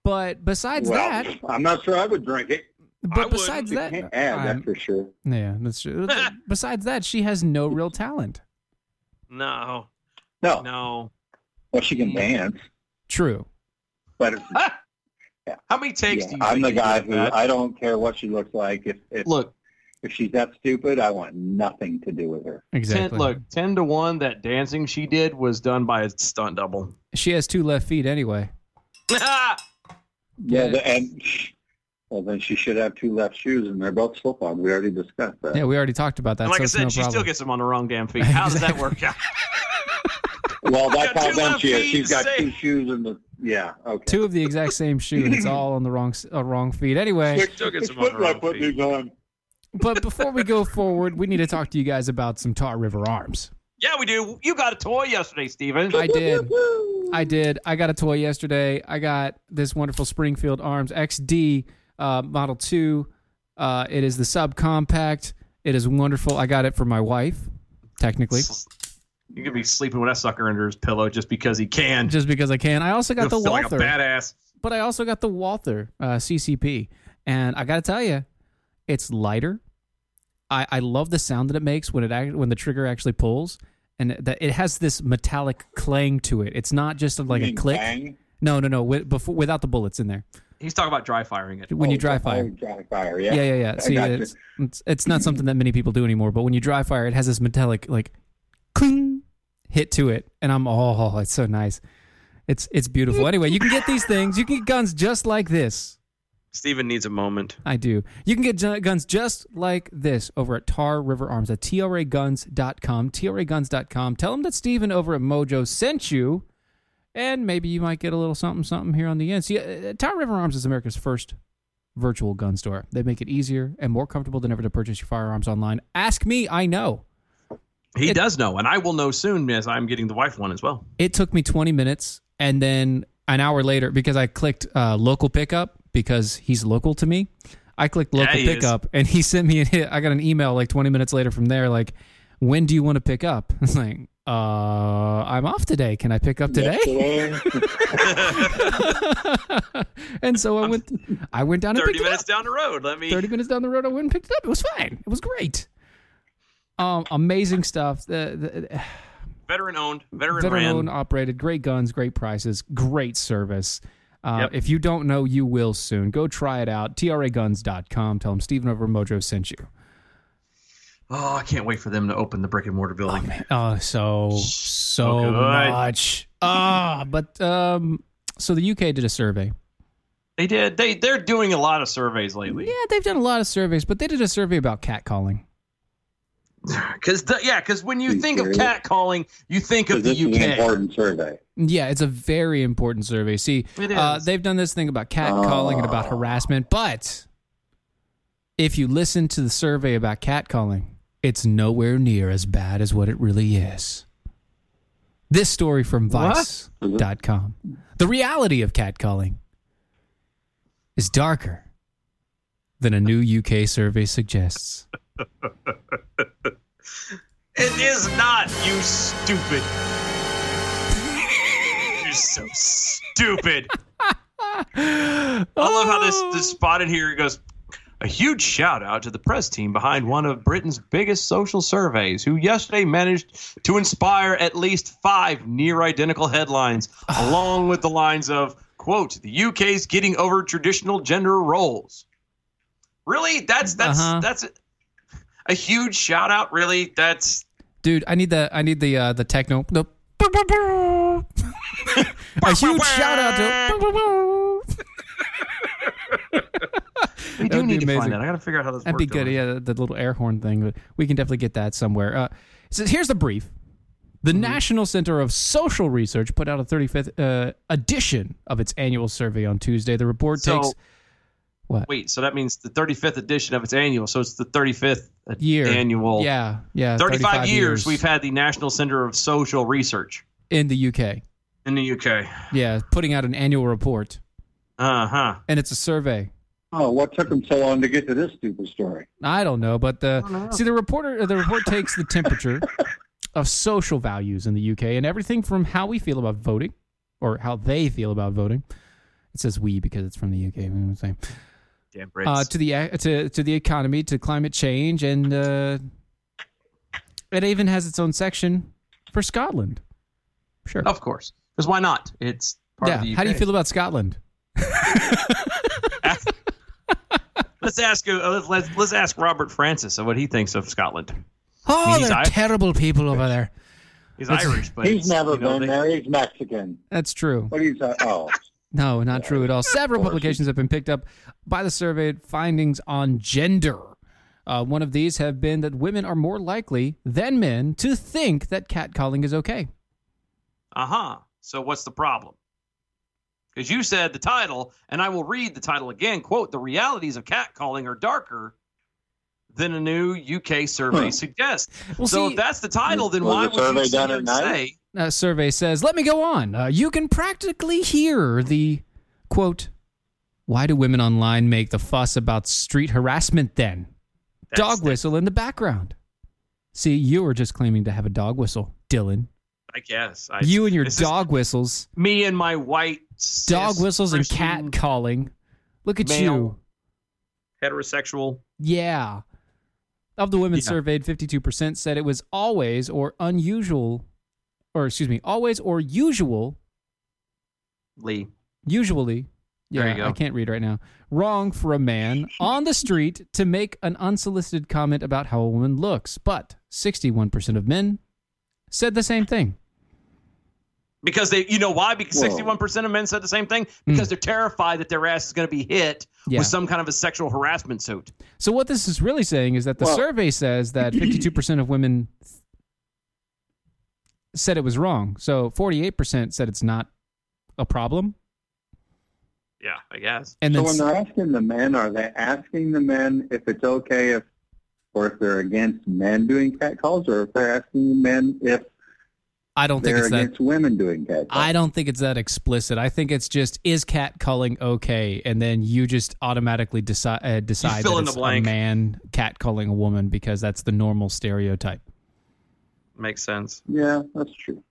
Speaker 5: But besides
Speaker 6: well,
Speaker 5: that,
Speaker 6: i'm not sure i would drink it
Speaker 5: but
Speaker 4: wouldn't.
Speaker 5: besides
Speaker 6: You
Speaker 5: that,
Speaker 6: can't add
Speaker 5: I'm-
Speaker 6: that's for sure
Speaker 5: yeah, that's true. besides that, she has no real talent.
Speaker 4: No.
Speaker 6: no,
Speaker 4: No.
Speaker 6: well she can dance
Speaker 5: True.
Speaker 6: but it's,
Speaker 4: How many takes
Speaker 6: yeah,
Speaker 4: do you
Speaker 6: i'm
Speaker 4: think
Speaker 6: the
Speaker 4: you
Speaker 6: guy
Speaker 4: did
Speaker 6: who
Speaker 4: that?
Speaker 6: i don't care what she looks like if if,
Speaker 4: Look,
Speaker 6: if she's that stupid i want nothing to do with her
Speaker 5: Exactly.
Speaker 4: ten, look, 10 to 1 that dancing she did was done by a stunt double.
Speaker 5: She has two left feet anyway.
Speaker 6: Yeah,
Speaker 5: Yeah.
Speaker 6: the, and well, then she should have two left shoes, and they're both slip-ons. We already discussed that.
Speaker 5: Yeah, we already talked about that.
Speaker 4: and like
Speaker 5: so
Speaker 4: I
Speaker 5: it's
Speaker 4: said,
Speaker 5: no
Speaker 4: she
Speaker 5: problem.
Speaker 4: still gets them on the wrong damn feet. How does that work out?
Speaker 6: Well,
Speaker 4: Got
Speaker 6: that's how
Speaker 4: two
Speaker 6: dumb
Speaker 4: left
Speaker 6: she is.
Speaker 4: feet,
Speaker 6: She's got
Speaker 4: say-
Speaker 6: two shoes and the yeah. Okay.
Speaker 5: two of the exact same shoe, and it's all on the wrong s- uh, wrong feet. Anyway,
Speaker 4: Still gets
Speaker 6: It's
Speaker 4: them on the
Speaker 6: foot I
Speaker 4: wrong
Speaker 6: put
Speaker 4: feet.
Speaker 6: these on.
Speaker 5: but before we go forward, we need to talk to you guys about some Tar River Arms.
Speaker 4: Yeah, we do. You got a toy yesterday, Steven.
Speaker 5: I did. I did. I got a toy yesterday. I got this wonderful Springfield Arms XD uh, Model 2. Uh, it is the subcompact. It is wonderful. I got it for my wife, technically,
Speaker 4: You could be sleeping with that sucker under his pillow just because he can.
Speaker 5: just because I can. I also got the
Speaker 4: You'll feel like a
Speaker 5: Walther.
Speaker 4: badass.
Speaker 5: but I also got the Walther uh, CCP, and I gotta tell you, it's lighter. I, I love the sound that it makes when it act, when the trigger actually pulls, and that it has this metallic clang to it. It's not just like
Speaker 6: You
Speaker 5: a
Speaker 6: mean
Speaker 5: click.
Speaker 6: bang?
Speaker 5: No, no, no. With, before, without the bullets in there,
Speaker 4: He's talking about dry firing it.
Speaker 5: when you
Speaker 6: Oh,
Speaker 5: dry
Speaker 6: oh,
Speaker 5: fire.
Speaker 6: dry fire.
Speaker 5: Yeah,
Speaker 6: Yeah.
Speaker 5: yeah, yeah. See,
Speaker 6: gotcha.
Speaker 5: it's, it's it's not something that many people do anymore. But when you dry fire, it has this metallic like cling hit to it, and I'm oh, it's so nice. It's it's beautiful. Anyway, you can get these things. You can get guns just like this.
Speaker 4: Steven needs a moment.
Speaker 5: I do. You can get ju- guns just like this over at Tar River Arms at traguns.com. traguns.com. Tell them that Steven over at Mojo sent you, and maybe you might get a little something something here on the end. See, uh, Tar River Arms is America's first virtual gun store. They make it easier and more comfortable than ever to purchase your firearms online. Ask me, I know.
Speaker 4: He does know, and I will know soon as I'm getting the wife one as well.
Speaker 5: It took me 20 minutes, and then an hour later, because I clicked uh, local pickup because he's local to me. I clicked local
Speaker 4: he is.
Speaker 5: pickup, and he sent me. An, I got an email like 20 minutes later from there, like, "When do you want to pick up?" It's like, "Uh, I'm off today. Can I pick up today?"
Speaker 6: Yesterday,
Speaker 5: and so I went. I went down and
Speaker 4: Thirty
Speaker 5: picked
Speaker 4: minutes
Speaker 5: it
Speaker 4: down the road. Let me.
Speaker 5: up. 30 minutes down the road, I went and picked it up. It was fine. It was great. Um, amazing stuff. The, the,
Speaker 4: Veteran owned. Veteran,
Speaker 5: veteran
Speaker 4: ran.
Speaker 5: owned operated great guns great prices great service uh,
Speaker 4: Yep.
Speaker 5: if you don't know you will soon go try it out traguns.com tell them steven over at mojo sent you
Speaker 4: Oh, I can't wait for them to open the brick and mortar building.
Speaker 5: Oh, so so
Speaker 4: Okay.
Speaker 5: much. Ah, but um, so the UK did a survey.
Speaker 4: They did. They they're doing a lot of surveys lately.
Speaker 5: Yeah, they've done a lot of surveys, but they did a survey about catcalling.
Speaker 4: Cause the, yeah, because when you
Speaker 6: Are you
Speaker 4: think of
Speaker 6: serious?
Speaker 4: catcalling, you think
Speaker 6: So
Speaker 4: of the
Speaker 6: this is an
Speaker 4: UK.
Speaker 6: important survey.
Speaker 5: Yeah, it's a very important survey. See,
Speaker 4: It
Speaker 5: Uh,
Speaker 4: is.
Speaker 5: they've done this thing about catcalling and about
Speaker 6: Oh.
Speaker 5: harassment, but if you listen to the survey about catcalling, it's nowhere near as bad as what it really is. This story from
Speaker 4: What? Mm-hmm.
Speaker 5: Vice.com. The reality of catcalling is darker than a new UK survey suggests.
Speaker 4: It is not, you stupid. You're so stupid. I love how this, this spot in here goes. A huge shout out to the press team behind one of Britain's biggest social surveys, who yesterday managed to inspire at least five near identical headlines, along with the lines of, quote, the UK's getting over traditional gender roles. Really? That's that's
Speaker 5: Uh-huh.
Speaker 4: that's a, a huge shout out, really? That's
Speaker 5: Dude, I need the I need the uh, the techno. The, a huge shout out to.
Speaker 4: We
Speaker 5: That
Speaker 4: do
Speaker 5: would be
Speaker 4: need to
Speaker 5: amazing.
Speaker 4: find that. I got to figure out how this
Speaker 5: That'd
Speaker 4: worked
Speaker 5: be good.
Speaker 4: out.
Speaker 5: Yeah, the, the little air horn thing. But we can definitely get that somewhere. Uh, so here's the brief. The National Center of Social Research put out a 35th uh, edition of its annual survey on Tuesday. The report
Speaker 4: So-
Speaker 5: takes what
Speaker 4: Wait, so that means the 35th edition of its annual. So it's the 35th ed-
Speaker 5: year?
Speaker 4: annual.
Speaker 5: Yeah, yeah.
Speaker 4: 35, years, we've had the National Center of Social Research
Speaker 5: in the UK.
Speaker 4: in the UK.
Speaker 5: Yeah, putting out an annual report,
Speaker 4: Uh huh.
Speaker 5: and it's a survey.
Speaker 6: Oh, what took them so long to get to this stupid story?
Speaker 5: I don't know, but the see the reporter the report takes the temperature of social values in the UK and everything from how we feel about voting or how they feel about voting. It says we because it's from the UK. You know what I'm saying?
Speaker 4: Damn Brits.
Speaker 5: Uh, to the e- to to the economy, to climate change, and uh, it even has its own section for Scotland. Sure.
Speaker 4: of course. Because why not? It's part of
Speaker 5: yeah.
Speaker 4: the UK.
Speaker 5: How do you feel about Scotland?
Speaker 4: Let's ask, uh, let's, let's, let's ask Robert Francis of what he thinks of Scotland.
Speaker 5: Oh,
Speaker 4: He's
Speaker 5: they're
Speaker 4: Irish.
Speaker 5: terrible people over there.
Speaker 4: He's
Speaker 5: That's-
Speaker 4: Irish, but
Speaker 6: He's
Speaker 4: it's,
Speaker 6: never
Speaker 4: you know,
Speaker 6: been
Speaker 4: they-
Speaker 6: there. He's Mexican.
Speaker 5: That's true.
Speaker 6: What are you talking? Oh,
Speaker 5: No, not true at all. Several
Speaker 6: course.
Speaker 5: publications have been picked up by the survey findings on gender. Uh, one of these have been that women are more likely than men to think that catcalling is okay.
Speaker 4: Uh-huh. So what's the problem? Because you said the title, and I will read the title again. Quote, the realities of catcalling are darker than a new UK survey
Speaker 6: Huh.
Speaker 4: suggests.
Speaker 5: Well,
Speaker 4: so
Speaker 5: see-
Speaker 4: if that's the title, then
Speaker 6: Was
Speaker 4: why
Speaker 6: the
Speaker 4: would you
Speaker 6: survey
Speaker 4: sit
Speaker 6: done
Speaker 4: here
Speaker 6: at
Speaker 4: and
Speaker 6: night?
Speaker 4: say
Speaker 5: Uh, survey says, let me go on. Uh, you can practically hear the quote, why do women online make the fuss about street harassment then?
Speaker 4: That's-
Speaker 5: dog whistle in the background. See, you were just claiming to have a dog whistle, Dylan.
Speaker 4: I guess. I,
Speaker 5: You and your
Speaker 4: this is
Speaker 5: dog whistles.
Speaker 4: Me and my white cis,
Speaker 5: dog whistles and
Speaker 4: Christian,
Speaker 5: cat calling. Look at
Speaker 4: male.
Speaker 5: you.
Speaker 4: heterosexual.
Speaker 5: Yeah. Of the women
Speaker 4: Yeah.
Speaker 5: surveyed, 52% said it was always or unusual, or excuse me, always or usual,
Speaker 4: Lee.
Speaker 5: usually. Yeah,
Speaker 4: There you go.
Speaker 5: I can't read right now. Wrong for a man on the street to make an unsolicited comment about how a woman looks. But 61% of men said the same thing.
Speaker 4: Because they, you know why? Because
Speaker 6: Whoa.
Speaker 4: sixty-one percent of men said the same thing. Because they're terrified that their ass is going to be hit
Speaker 5: Hmm. Yeah.
Speaker 4: with some kind of a sexual harassment suit.
Speaker 5: So what this is really saying is that the
Speaker 6: Well-
Speaker 5: survey says that 52% of women th- said it was wrong. So 48% said it's not a problem.
Speaker 4: Yeah, I guess.
Speaker 5: And
Speaker 6: so
Speaker 5: then
Speaker 6: when
Speaker 5: s-
Speaker 6: they're asking the men, are they asking the men if it's okay if, or if they're against men doing cat calls, or if they're asking the men if
Speaker 5: I don't think
Speaker 6: they're
Speaker 5: it's that
Speaker 6: against women doing cat calls?
Speaker 5: I don't think it's that explicit. I think it's just is cat calling okay and then you just automatically decide uh, decide
Speaker 4: fill
Speaker 5: that
Speaker 4: in the
Speaker 5: it's
Speaker 4: blank.
Speaker 5: a man cat calling a woman because that's the normal stereotype.
Speaker 4: Makes sense.
Speaker 6: yeah, that's true.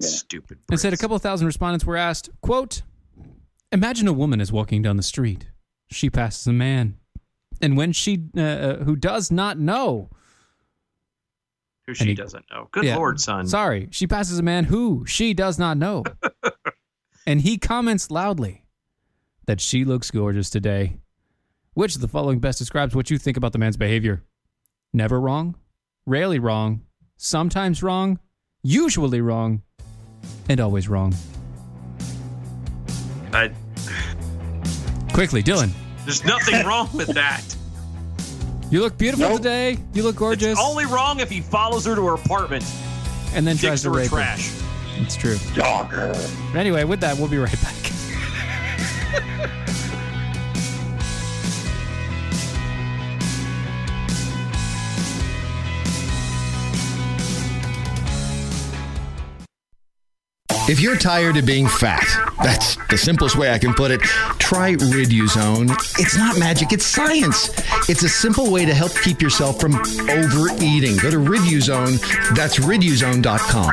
Speaker 6: Yeah.
Speaker 4: Stupid.
Speaker 5: And said a
Speaker 4: Brits.
Speaker 5: couple of thousand respondents were asked, quote, Imagine a woman is walking down the street. She passes a man. And when she, uh, uh, who does not know,
Speaker 4: who
Speaker 5: and
Speaker 4: she
Speaker 5: he-
Speaker 4: doesn't know. Good
Speaker 5: Yeah.
Speaker 4: lord, son.
Speaker 5: sorry, she passes a man who she does not know. and he comments loudly that she looks gorgeous today. Which of the following best describes what you think about the man's behavior? Never wrong, rarely wrong, sometimes wrong, usually wrong, and always wrong.
Speaker 4: I,
Speaker 5: Quickly, Dylan,
Speaker 4: there's nothing wrong with that.
Speaker 5: you look beautiful
Speaker 6: Nope.
Speaker 5: today. You look
Speaker 4: It's
Speaker 5: gorgeous.
Speaker 4: only wrong if he follows her to her apartment,
Speaker 5: and then
Speaker 4: dicks
Speaker 5: tries to
Speaker 4: her with
Speaker 5: rape her.
Speaker 4: trash.
Speaker 5: It's true.
Speaker 6: Dogger.
Speaker 5: But anyway, with that, we'll be right back.
Speaker 1: If you're tired of being fat, that's the simplest way I can put it. Try Riduzone. It's not magic, it's science. It's a simple way to help keep yourself from overeating. Go to Riduzone. That's riduzone.com.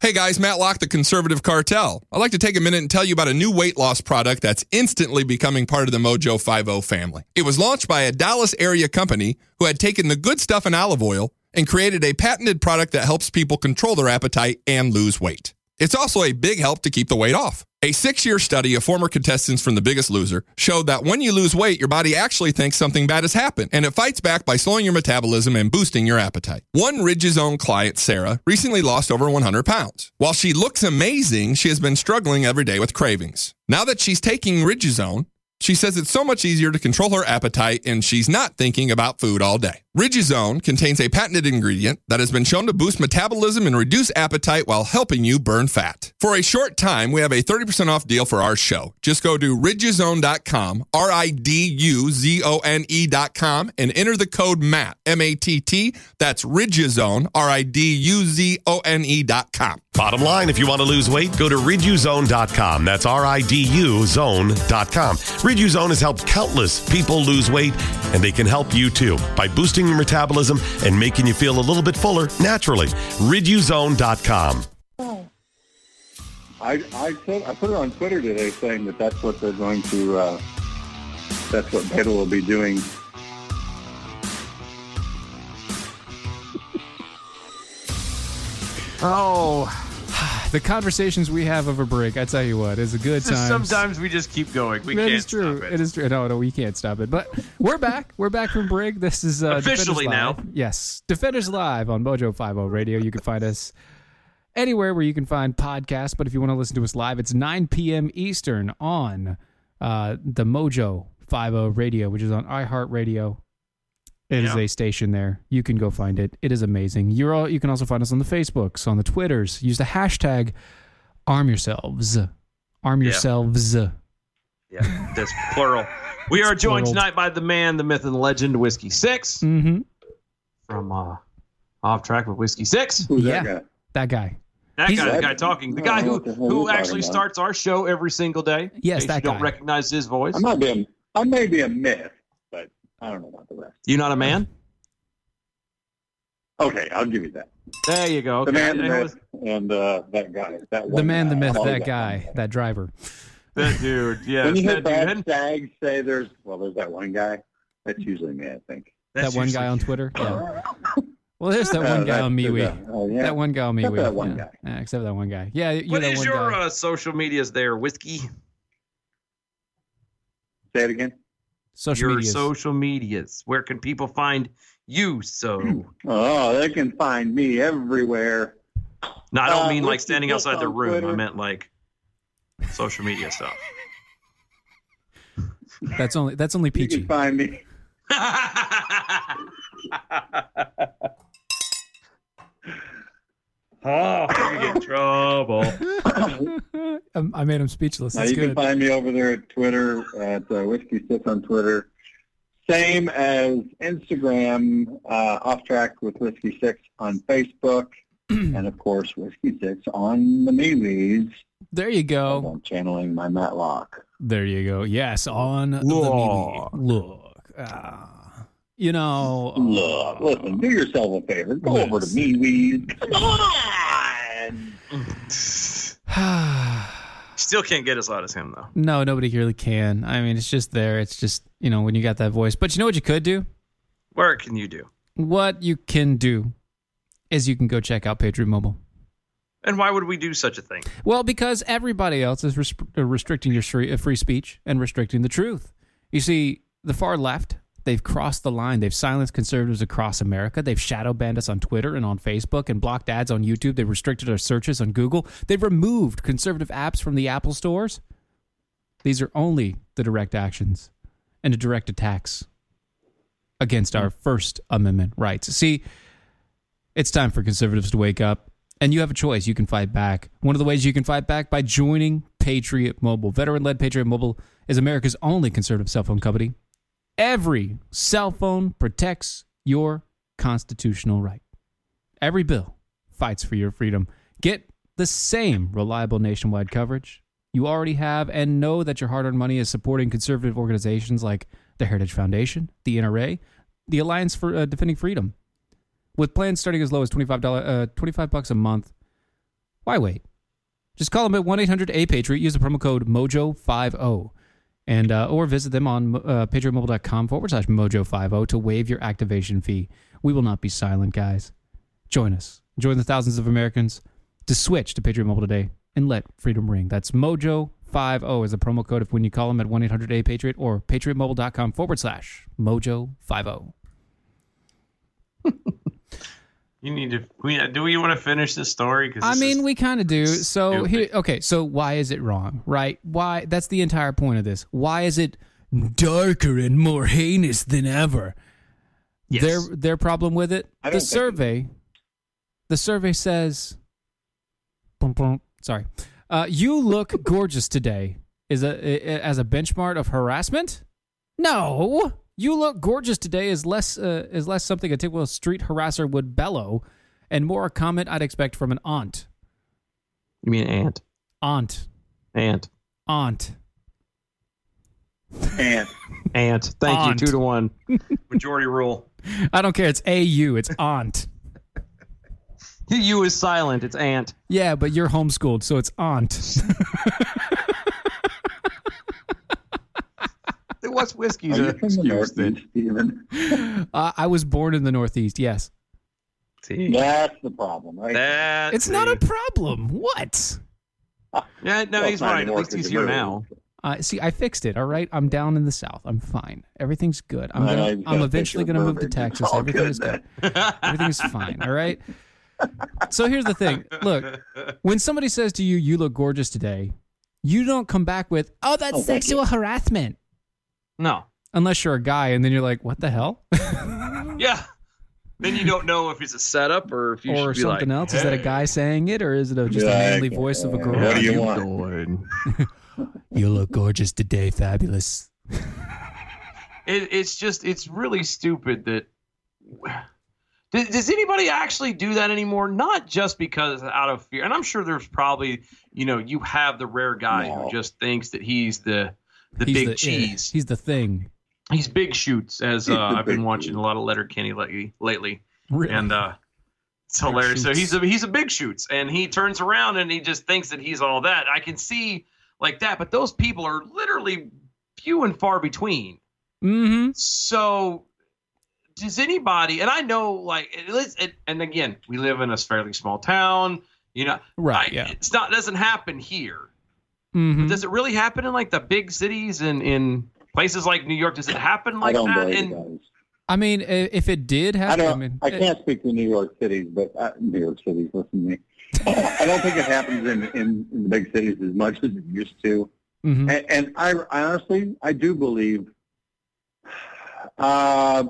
Speaker 7: Hey guys, Matt Locke, the Conservative Cartel. I'd like to take a minute and tell you about a new weight loss product that's instantly becoming part of the Mojo 50 family. It was launched by a Dallas area company who had taken the good stuff in olive oil and created a patented product that helps people control their appetite and lose weight. It's also a big help to keep the weight off. A six year study of former contestants from The Biggest Loser showed that when you lose weight, your body actually thinks something bad has happened and it fights back by slowing your metabolism and boosting your appetite. One Ridge's own client, Sarah, recently lost over 100 pounds. While she looks amazing, she has been struggling every day with cravings. Now that she's taking Riduzone, she says it's so much easier to control her appetite and she's not thinking about food all day. Riduzone contains a patented ingredient that has been shown to boost metabolism and reduce appetite while helping you burn fat. For a short time, we have a 30% off deal for our show. Just go to riduzone.com, R I D U Z O N E.com, and enter the code MATT, M A T T. That's riduzone, R I D U Z O N E E.com.
Speaker 8: Bottom line, if you want to lose weight, go to riduzone.com. That's R I D U zone.com. Riduzone has helped countless people lose weight, and they can help you too by boosting your metabolism and making you feel a little bit fuller naturally. Riduzone.com.
Speaker 6: I, I, said, I put it on Twitter today saying that that's what they're going to, uh, that's what Beta will be doing.
Speaker 5: Oh. The conversations we have over break, I tell you what, is a good
Speaker 4: It's just
Speaker 5: time.
Speaker 4: Sometimes we just keep going. We
Speaker 5: That
Speaker 4: can't
Speaker 5: is true.
Speaker 4: stop it.
Speaker 5: It is true. No, no, we can't stop it. But we're back. We're back from break. This is uh,
Speaker 4: Officially
Speaker 5: Defenders
Speaker 4: now.
Speaker 5: Live. Yes, Defenders Live on Mojo Five O Radio. You can find us anywhere where you can find podcasts. But if you want to listen to us live, it's 9 p.m. Eastern on uh, the Mojo Five O Radio, which is on iHeartRadio. It is
Speaker 4: Yeah.
Speaker 5: a station there. You can go find it. It is amazing. You're all, you can also find us on the Facebooks, on the Twitters. Use the hashtag arm yourselves. Arm
Speaker 4: Yeah.
Speaker 5: yourselves.
Speaker 4: Yeah, that's plural. We are joined
Speaker 5: plural.
Speaker 4: tonight by the man, the myth, and the legend, Whiskey Six
Speaker 5: Mm-hmm.
Speaker 4: from uh, Off Track with Whiskey Six.
Speaker 6: Who's
Speaker 5: Yeah.
Speaker 6: that guy?
Speaker 5: That guy.
Speaker 4: That
Speaker 5: He's-
Speaker 4: guy, the guy talking, Oh, the guy who who actually starts our show every single day. in
Speaker 5: Yes,
Speaker 4: case
Speaker 5: that
Speaker 4: you Don't
Speaker 5: guy.
Speaker 4: recognize his voice.
Speaker 6: I might be a, I may be a myth, but I don't know about the rest.
Speaker 4: You not a man?
Speaker 6: Okay, I'll give you that.
Speaker 4: There you go.
Speaker 6: The
Speaker 4: Okay.
Speaker 6: man, the
Speaker 4: I
Speaker 6: myth,
Speaker 4: was-
Speaker 6: and uh, that guy. That
Speaker 5: the
Speaker 6: one
Speaker 5: man, the
Speaker 6: guy.
Speaker 5: myth,
Speaker 6: Oh,
Speaker 5: that guy, that driver.
Speaker 4: that dude. Yeah,
Speaker 6: when you hear
Speaker 4: that dude.
Speaker 6: bad SAG say there's, well, there's that one guy. That's usually me, I think.
Speaker 5: That
Speaker 4: That's
Speaker 5: one
Speaker 4: usually-
Speaker 5: guy on Twitter. Yeah. Well, there's that
Speaker 6: Uh-huh. Uh,
Speaker 5: one guy
Speaker 6: that's-
Speaker 5: on
Speaker 6: uh,
Speaker 5: MeWe.
Speaker 6: oh, yeah.
Speaker 5: That one guy on MeWe.
Speaker 6: Except that one
Speaker 5: yeah.
Speaker 6: guy.
Speaker 5: Yeah, except that one guy. Yeah, you
Speaker 4: What
Speaker 5: that
Speaker 4: is
Speaker 5: one
Speaker 4: your
Speaker 5: guy.
Speaker 4: uh, social medias there, Whiskey?
Speaker 6: Say it again.
Speaker 5: social
Speaker 4: Your
Speaker 5: media.
Speaker 4: social medias. Where can people find you? So,
Speaker 6: Oh, they can find me everywhere.
Speaker 4: no, I don't
Speaker 6: Uh,
Speaker 4: mean like
Speaker 6: Whiskey
Speaker 4: standing
Speaker 6: Six
Speaker 4: outside the
Speaker 6: on
Speaker 4: room. I
Speaker 6: Twitter.
Speaker 4: meant like social media stuff.
Speaker 5: that's only that's only
Speaker 6: You
Speaker 5: peachy.
Speaker 6: can find me.
Speaker 4: oh, I'm gonna get in trouble.
Speaker 5: Um, I made him speechless.
Speaker 6: Now,
Speaker 5: That's
Speaker 6: you
Speaker 5: good.
Speaker 6: can find me over there at Twitter at uh, Whiskey Sits on Twitter. Same as Instagram, uh, off track with Whiskey Six on Facebook, and of course Whiskey Six on the Memes.
Speaker 5: there you
Speaker 6: Oh.
Speaker 5: go.
Speaker 6: I'm channeling my Matlock.
Speaker 5: There you go. Yes, on the MeWe. Look. Ah. you know.
Speaker 4: Oh.
Speaker 6: Look, listen, do yourself a favor. Go over to Mean Weed. Come on.
Speaker 4: Still can't get as loud as him though.
Speaker 5: No, nobody really can. I mean, it's just there. It's just you know when you got that voice. But you know what you could do.
Speaker 4: What can you do?
Speaker 5: What you can do is you can go check out Patriot Mobile.
Speaker 4: And why would we do such a thing?
Speaker 5: Well, because everybody else is res- uh, restricting your shree- uh, free speech and restricting the truth. You see, the far left, they've crossed the line. They've silenced conservatives across America. They've shadow banned us on Twitter and on Facebook and blocked ads on YouTube. They've restricted our searches on Google. They've removed conservative apps from the Apple stores. These are only the direct actions and the direct attacks against our First Amendment rights. See, it's time for conservatives to wake up. And you have a choice. You can fight back. One of the ways you can fight back by joining Patriot Mobile. Veteran led Patriot Mobile is America's only conservative cell phone company. Every cell phone protects your constitutional right. Every bill fights for your freedom. Get the same reliable nationwide coverage you already have and know that your hard earned money is supporting conservative organizations like the Heritage Foundation, the NRA, the Alliance for uh, Defending Freedom. With plans starting as low as $25, uh, 25 bucks a month, why wait? Just call them at 1-800-A-PATRIOT. Use the promo code MOJO50 and uh, or visit them on uh, patriotmobile.com forward slash mojo50 to waive your activation fee. We will not be silent, guys. Join us. Join the thousands of Americans to switch to Patriot Mobile today and let freedom ring. That's mojo50 is the promo code if when you call them at 1-800-A-PATRIOT or patriotmobile.com forward slash oh. mojo50.
Speaker 4: You need to. We, do we want to finish this story? 'Cause
Speaker 5: I
Speaker 4: this
Speaker 5: mean,
Speaker 4: is-
Speaker 5: we kind of do. So
Speaker 4: stupid.
Speaker 5: here, okay. So why is it wrong, right? Why? That's the entire point of this. Why is it darker and more heinous than ever? Their their problem with it.
Speaker 4: I
Speaker 5: The
Speaker 4: don't think-
Speaker 5: survey. The survey says. Boom, boom. sorry, uh, you look gorgeous today. Is a i- i- as a benchmark of harassment? No, you look gorgeous today is less uh, is less something a typical street harasser would bellow, and more a comment I'd expect from an aunt.
Speaker 4: you mean ant?
Speaker 5: Aunt.
Speaker 4: Ant.
Speaker 5: Aunt.
Speaker 6: Ant.
Speaker 4: Ant. Thank
Speaker 5: Aunt.
Speaker 4: you. Two to one. Majority rule.
Speaker 5: I don't care. It's A U. It's aunt.
Speaker 4: You is silent. It's ant.
Speaker 5: yeah, but you're homeschooled, so it's aunt.
Speaker 4: What's whiskey's
Speaker 6: Are you
Speaker 4: a-
Speaker 6: from the Northeast, Stephen?
Speaker 5: uh, I was born in the Northeast. Yes.
Speaker 6: That's the problem, right?
Speaker 4: That
Speaker 5: It's not a problem. What?
Speaker 4: Yeah, no,
Speaker 6: Well,
Speaker 4: he's
Speaker 6: it's not
Speaker 4: right. At
Speaker 6: anymore
Speaker 4: least
Speaker 6: 'cause
Speaker 4: he's
Speaker 6: you
Speaker 4: here now.
Speaker 6: moved.
Speaker 5: Uh, see, I fixed it. All right, I'm down in the South. I'm fine. Everything's good. I'm
Speaker 6: I know
Speaker 5: gonna.
Speaker 6: you've got
Speaker 5: I'm
Speaker 6: a
Speaker 5: eventually
Speaker 6: picture
Speaker 5: gonna
Speaker 6: of
Speaker 5: move to
Speaker 6: Burbank. It's
Speaker 5: Texas.
Speaker 6: all
Speaker 5: Everything
Speaker 6: good
Speaker 5: is good. Everything is fine. All right. So here's the thing. Look, when somebody says to you, "You look gorgeous today," you don't come back with, "Oh, that's
Speaker 6: Oh, thank
Speaker 5: sexual harassment."
Speaker 4: No.
Speaker 5: Unless you're a guy, and then you're like, "What the hell?"
Speaker 4: Yeah. Then you don't know if it's a setup or if you should
Speaker 5: or
Speaker 4: be
Speaker 5: something
Speaker 4: like,
Speaker 5: else. Is that a guy saying it, or is it a, just
Speaker 6: Yeah,
Speaker 5: a manly
Speaker 6: okay.
Speaker 5: voice of a girl?
Speaker 6: What do you
Speaker 4: "How
Speaker 6: want?
Speaker 4: doing?"
Speaker 5: You look gorgeous today, fabulous.
Speaker 4: It, it's just it's really stupid that. Does, does anybody actually do that anymore? Not just because out of fear, and I'm sure there's probably you know you have the rare guy
Speaker 6: No. eh.
Speaker 4: who just thinks that he's the the
Speaker 5: He's
Speaker 4: big
Speaker 5: it.
Speaker 4: cheese.
Speaker 5: He's the thing.
Speaker 4: He's big shoots, as
Speaker 6: He's
Speaker 4: uh,
Speaker 6: the
Speaker 4: I've been
Speaker 6: big
Speaker 4: watching
Speaker 6: dude.
Speaker 4: a lot of Letter Kenny lately. lately.
Speaker 5: Really.
Speaker 4: and uh, it's hilarious. So
Speaker 5: Shoots.
Speaker 4: he's a he's a big shoots, and he turns around and he just thinks that he's all that. I can see like that, but those people are literally few and far between.
Speaker 5: mm-hmm.
Speaker 4: So does anybody? And I know like it, it's- it, and again, we live in a fairly small town. You know,
Speaker 5: Right.
Speaker 4: I-
Speaker 5: yeah.
Speaker 4: it's not doesn't happen here.
Speaker 5: Mm-hmm.
Speaker 4: Does it really happen in like the big cities and in places like New York? Does it happen
Speaker 6: I
Speaker 4: like
Speaker 6: don't
Speaker 4: that?
Speaker 6: believe
Speaker 4: And
Speaker 6: it does.
Speaker 5: I mean, i- if it did
Speaker 6: I
Speaker 5: happen, I,
Speaker 6: don't. I,
Speaker 5: mean, eh, it-
Speaker 6: can't speak for New York City, but uh, New York City, listen to me. I don't think it happens in, in, in the big cities as much as it used to.
Speaker 5: mhm.
Speaker 6: And, and I, I honestly, I do believe uh,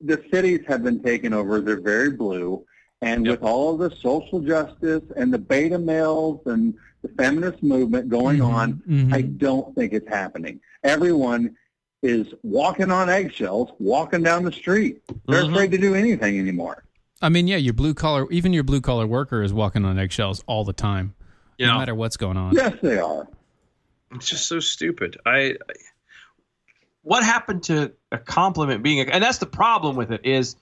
Speaker 6: the cities have been taken over. They're very blue. And with all of the social justice and the beta males and the feminist movement going
Speaker 5: Mhm,
Speaker 6: on,
Speaker 5: mhm.
Speaker 6: I don't think it's happening. Everyone is walking on eggshells, walking down the street. They're
Speaker 4: Mhm.
Speaker 6: afraid to do anything anymore.
Speaker 5: I mean, yeah, your blue collar, even your blue collar worker is walking on eggshells all the time,
Speaker 4: you
Speaker 5: no
Speaker 4: know,
Speaker 5: matter what's going on.
Speaker 6: Yes, they are.
Speaker 4: It's just so stupid. I, I what happened to a compliment being a, and that's the problem with it is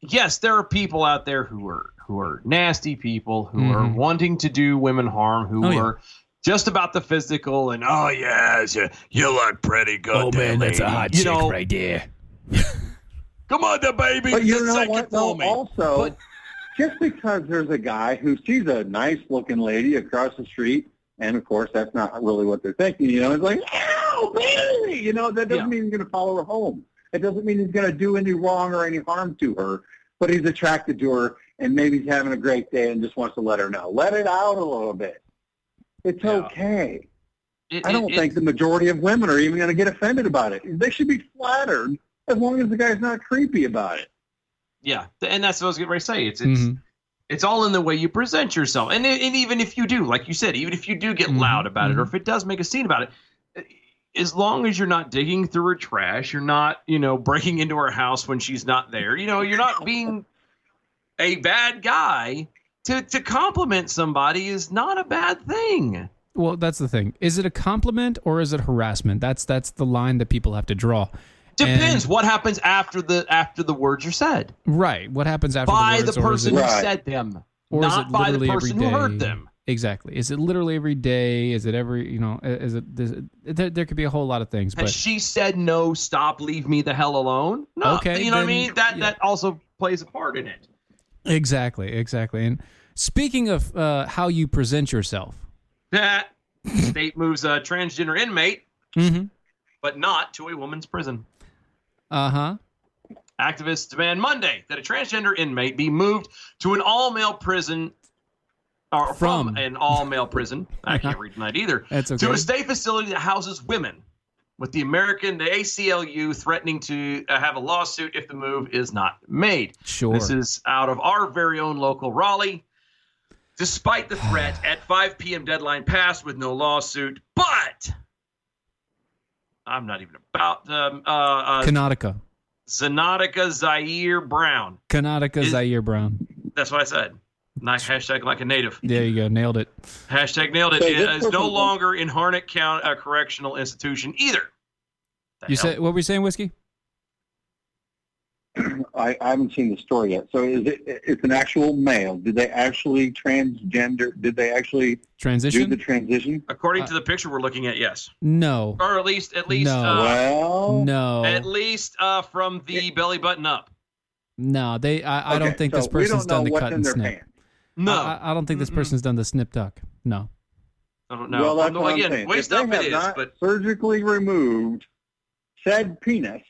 Speaker 4: yes there are people out there who are who are nasty people who are
Speaker 9: Mhm.
Speaker 4: wanting to do women harm who
Speaker 9: Oh, yeah.
Speaker 4: are just about the physical and oh yes you, you look pretty good
Speaker 9: Oh,
Speaker 4: there,
Speaker 9: man, that's a
Speaker 4: lady,"
Speaker 9: hot
Speaker 4: you
Speaker 9: chick
Speaker 4: know,
Speaker 9: right there.
Speaker 4: come on there baby
Speaker 6: But you
Speaker 4: just
Speaker 6: know
Speaker 4: take
Speaker 6: what?
Speaker 4: it for
Speaker 6: though?
Speaker 4: me
Speaker 6: Also, just because there's a guy who sees a nice-looking lady across the street, and of course that's not really what they're thinking. You know, it's like, ow, baby. You know, that doesn't mean he's going to follow her home. It doesn't mean he's going to do any wrong or any harm to her. But he's attracted to her, and maybe he's having a great day and just wants to let her know. Let it out a little bit. It's okay.
Speaker 4: It-
Speaker 6: I
Speaker 4: it-
Speaker 6: don't
Speaker 4: it-
Speaker 6: think the majority of women are even going to get offended about it. They should be flattered as long as the guy's not creepy about it.
Speaker 4: yeah and that's what i was going to say it's
Speaker 9: Mm-hmm.
Speaker 4: it's
Speaker 5: Mm-hmm.
Speaker 4: it's all in the way you present yourself and, and even if you do like you said even if you do get
Speaker 5: Mm-hmm.
Speaker 4: loud about it or if it does make a scene about it eh, as long as you're not digging through her trash you're not you know breaking into her house when she's not there you know you're not being a bad guy to to compliment somebody is not a bad thing
Speaker 5: Well, that's the thing. Is it a compliment or is it harassment? That's that's the line that people have to draw.
Speaker 4: depends what happens after the after the words are said
Speaker 5: Right. What happens after
Speaker 4: by
Speaker 5: the, words,
Speaker 4: the
Speaker 5: or is
Speaker 4: person
Speaker 5: it-
Speaker 4: who said them
Speaker 5: or is
Speaker 4: not
Speaker 5: it
Speaker 4: by the
Speaker 5: literally every
Speaker 4: person who heard
Speaker 5: day?
Speaker 4: them
Speaker 5: Exactly. Is it literally every day? Is it every you know? Is it, is it there, there could be a whole lot of things,
Speaker 4: Has
Speaker 5: but
Speaker 4: she said no? Stop, leave me the hell alone. No,
Speaker 5: Okay,
Speaker 4: you know what I
Speaker 5: then-
Speaker 4: mean. That that also plays a part in it.
Speaker 5: exactly, exactly. And speaking of uh, how you present yourself,
Speaker 4: That state moves a transgender inmate,
Speaker 5: mm-hmm.
Speaker 4: but not to a woman's prison.
Speaker 5: uh huh.
Speaker 4: Activists demand Monday that a transgender inmate be moved to an all-male prison, or from, an all-male prison. I can't read tonight either.
Speaker 5: That's
Speaker 4: To
Speaker 5: okay.
Speaker 4: a state facility that houses women. With the American, the ACLU threatening to uh, have a lawsuit if the move is not made.
Speaker 5: Sure.
Speaker 4: This is out of our very own local Raleigh. Despite the threat, at 5 p.m. deadline passed with no lawsuit, but I'm not even about um, uh, uh,
Speaker 5: Kanotica,
Speaker 4: Zanotica Zaire Brown.
Speaker 5: Kanotica Zaire Brown.
Speaker 4: That's what I said. Nice hashtag like a native.
Speaker 5: There you go, nailed it.
Speaker 4: Hashtag nailed it.
Speaker 5: So
Speaker 4: It
Speaker 5: this
Speaker 4: is
Speaker 5: person-
Speaker 4: no longer in Harnett County uh, Correctional Institution either.
Speaker 5: You said what were you saying, whiskey?
Speaker 6: I, I haven't seen the story yet. So is it? It's an actual male. Did they actually transgender? Did they actually
Speaker 5: Transition?
Speaker 6: do the transition?
Speaker 4: According to the picture we're looking at, yes,
Speaker 5: No,
Speaker 4: or at least at least
Speaker 5: uh, no,
Speaker 4: uh,
Speaker 5: no,
Speaker 4: at least uh, from the belly button up.
Speaker 5: no. They, I, I
Speaker 4: Okay,
Speaker 5: don't think this
Speaker 4: so we don't
Speaker 5: person's done
Speaker 4: know
Speaker 5: the
Speaker 4: what's
Speaker 5: cut
Speaker 4: in
Speaker 5: and
Speaker 4: their
Speaker 5: snip.
Speaker 4: pants. No.
Speaker 5: I, I- I don't think this person's done the snip duck. No.
Speaker 4: I don't know.
Speaker 6: Well, that's
Speaker 4: Although,
Speaker 6: what
Speaker 4: again,
Speaker 6: I'm saying.
Speaker 4: waist
Speaker 6: if
Speaker 4: up it
Speaker 6: they have
Speaker 4: is,
Speaker 6: not
Speaker 4: but-
Speaker 6: surgically removed said penis,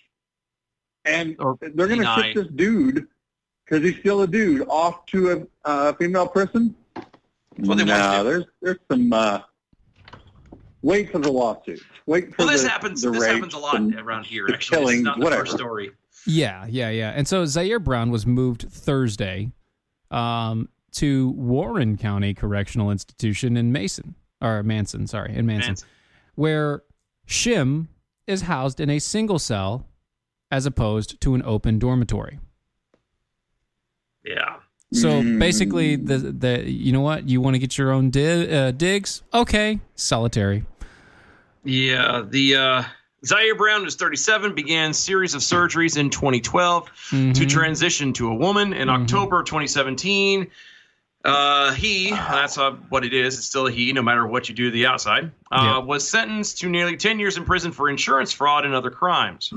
Speaker 6: and they're going to
Speaker 4: denied.
Speaker 6: ship this dude because he's still a dude off to a uh, female prison. no, there's there's some. Uh, wait for the lawsuit. Wait for
Speaker 4: Well, this
Speaker 6: the,
Speaker 4: happens.
Speaker 6: the
Speaker 4: This
Speaker 6: rapes,
Speaker 4: happens a lot
Speaker 6: the-
Speaker 4: around here.
Speaker 6: the
Speaker 4: Actually,
Speaker 6: killings,
Speaker 4: it's not the
Speaker 6: whatever.
Speaker 4: first story.
Speaker 5: Yeah, yeah, yeah. And so Zaire Brown was moved Thursday um, to Warren County Correctional Institution in Mason, or Manson, sorry, in Manson, where Shim is housed in a single cell as opposed to an open dormitory.
Speaker 4: Yeah.
Speaker 5: So basically, the the you know what you want to get your own di- uh, digs? Okay, solitary.
Speaker 4: Yeah, the uh, Zaire Brown was 37, began series of surgeries in 2012 to
Speaker 5: Mhm.
Speaker 4: transition to a woman in October of 2017. Uh, he, that's uh, what it is, it's still a he, no matter what you do to the outside, uh, was sentenced to nearly 10 years in prison for insurance fraud and other crimes.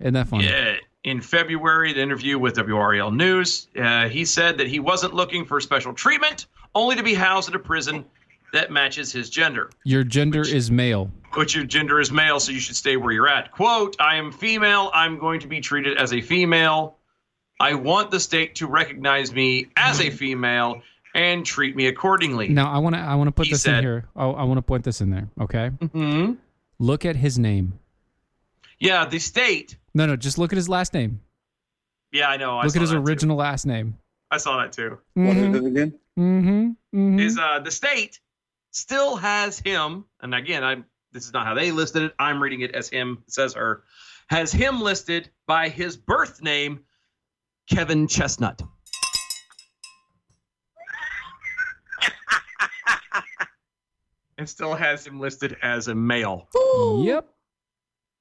Speaker 5: Isn't that funny?
Speaker 4: Yeah. In February, the interview with WRL News, uh, he said that he wasn't looking for special treatment, only to be housed in a prison that matches his gender
Speaker 5: Your gender is male.
Speaker 4: but your gender is male, so you should stay where you're at. Quote, I am female. I'm going to be treated as a female. I want the state to recognize me as a female and treat me accordingly.
Speaker 5: Now I want to I want to put
Speaker 4: He
Speaker 5: this
Speaker 4: said-
Speaker 5: in here. Oh, I, I want to put this in there. Okay.
Speaker 4: Mm-hmm.
Speaker 5: Look at his name.
Speaker 4: Yeah, the state.
Speaker 5: No, no, just look at his last name.
Speaker 4: Yeah, I know. I
Speaker 5: look
Speaker 4: saw
Speaker 5: at his
Speaker 4: that
Speaker 5: original last name.
Speaker 4: Too. I saw that too.
Speaker 5: What
Speaker 6: is it again?
Speaker 5: Mm-hmm. mm-hmm.
Speaker 4: Is uh, the state still has him? And again, I this is not how they listed it. I'm reading it as him. It says her has him listed by his birth name, Kevin Chestnut. and still has him listed as a male.
Speaker 5: Yep.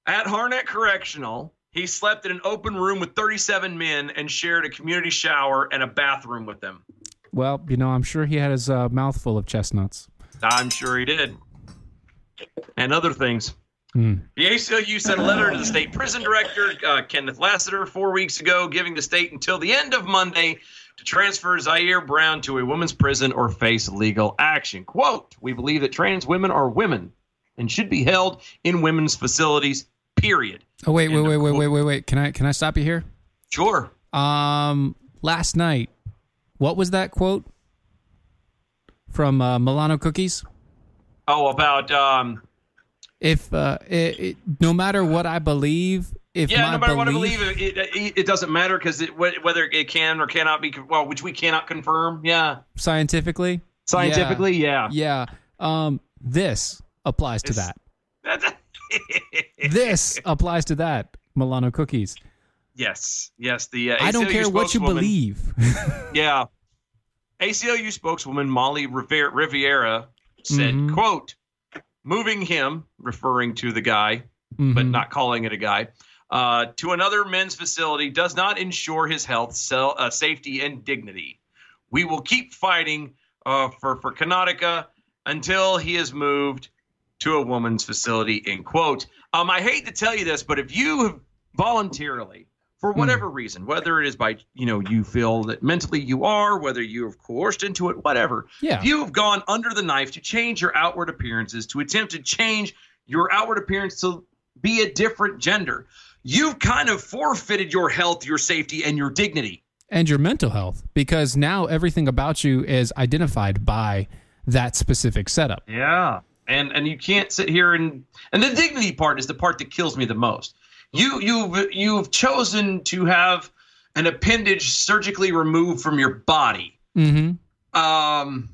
Speaker 4: At Harnett Correctional, he slept in an open room with 37 men and shared a community shower and a bathroom with them.
Speaker 5: Well, you know, I'm sure he had his uh, mouth full of chestnuts.
Speaker 4: I'm sure he did. And other things.
Speaker 5: Hmm.
Speaker 4: The ACLU sent a letter to the state prison director, uh, Kenneth Lassiter, four weeks ago, giving the state until the end of Monday to transfer Zaire Brown to a women's prison or face legal action. Quote We believe that trans women are women and should be held in women's facilities, period.
Speaker 5: Oh wait, wait, wait, wait, wait, wait, wait. Can I can I stop you here?
Speaker 4: Sure.
Speaker 5: Um, last night, what was that quote from uh, Milano Cookies?
Speaker 4: Oh, about. Um,
Speaker 5: If uh, it, it, no matter what I believe, if
Speaker 4: yeah,
Speaker 5: my
Speaker 4: no matter what I
Speaker 5: belief-
Speaker 4: believe, it, it, it doesn't matter because it, wh- whether it can or cannot be, well, which we cannot confirm. Yeah.
Speaker 5: scientifically,
Speaker 4: Scientifically, yeah,
Speaker 5: yeah. Um, this applies to that. this applies to that Milano Cookies.
Speaker 4: Yes, yes. The uh,
Speaker 5: I don't
Speaker 4: ACLU
Speaker 5: care what you
Speaker 4: spokeswoman-
Speaker 5: believe.
Speaker 4: Yeah. ACLU spokeswoman Molly Riviera, Riviera said,
Speaker 5: Mhm.
Speaker 4: "Quote: Moving him, referring to the guy, but
Speaker 5: Mhm.
Speaker 4: not calling it a guy, uh, to another men's facility does not ensure his health, sel- uh, safety, and dignity. We will keep fighting uh, for for Kanataka until he is moved to a woman's facility." End quote. Um, I hate to tell you this, but if you have voluntarily for whatever reason, whether it is by you know you feel that mentally you are, whether you have coerced into it, whatever.
Speaker 5: Yeah.
Speaker 4: If you have gone under the knife to change your outward appearances, to attempt to change your outward appearance to be a different gender, you've kind of forfeited your health, your safety, and your dignity.
Speaker 5: and your mental health because now everything about you is identified by that specific setup.
Speaker 4: Yeah. And and you can't sit here and and the dignity part is the part that kills me the most. You you've you've chosen to have an appendage surgically removed from your body.
Speaker 5: Mm-hmm.
Speaker 4: Um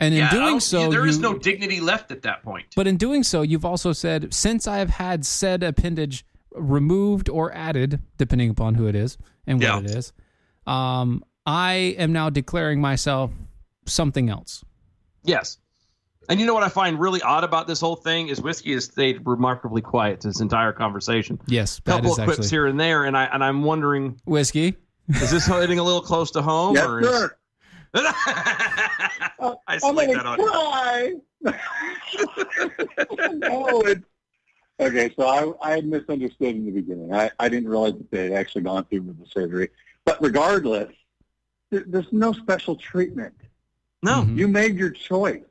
Speaker 5: And in
Speaker 4: Yeah, I
Speaker 5: doing
Speaker 4: don't-
Speaker 5: so,
Speaker 4: there is
Speaker 5: you-
Speaker 4: no dignity left at that point.
Speaker 5: But in doing so, you've also said, since I have had said appendage removed or added, depending upon who it is and what it is, um, I am now declaring myself something else.
Speaker 4: Yes. And you know what I find really odd about this whole thing is whiskey has stayed remarkably quiet this entire conversation.
Speaker 5: Yes,
Speaker 4: A
Speaker 5: that
Speaker 4: couple
Speaker 5: is
Speaker 4: of
Speaker 5: actually
Speaker 4: quips here and there, and I and I'm wondering,
Speaker 5: whiskey.
Speaker 4: is this hitting a little close to home?
Speaker 5: Yes,
Speaker 4: or is-
Speaker 5: sir.
Speaker 4: I
Speaker 6: Oh
Speaker 4: slick that on. you.
Speaker 6: Why? no, Oh, it, okay, so I, I misunderstood in the beginning. I, I didn't realize that they had actually gone through with the surgery. But regardless, there, there's no special treatment.
Speaker 4: No.
Speaker 6: You made your choice.
Speaker 5: Mm-hmm.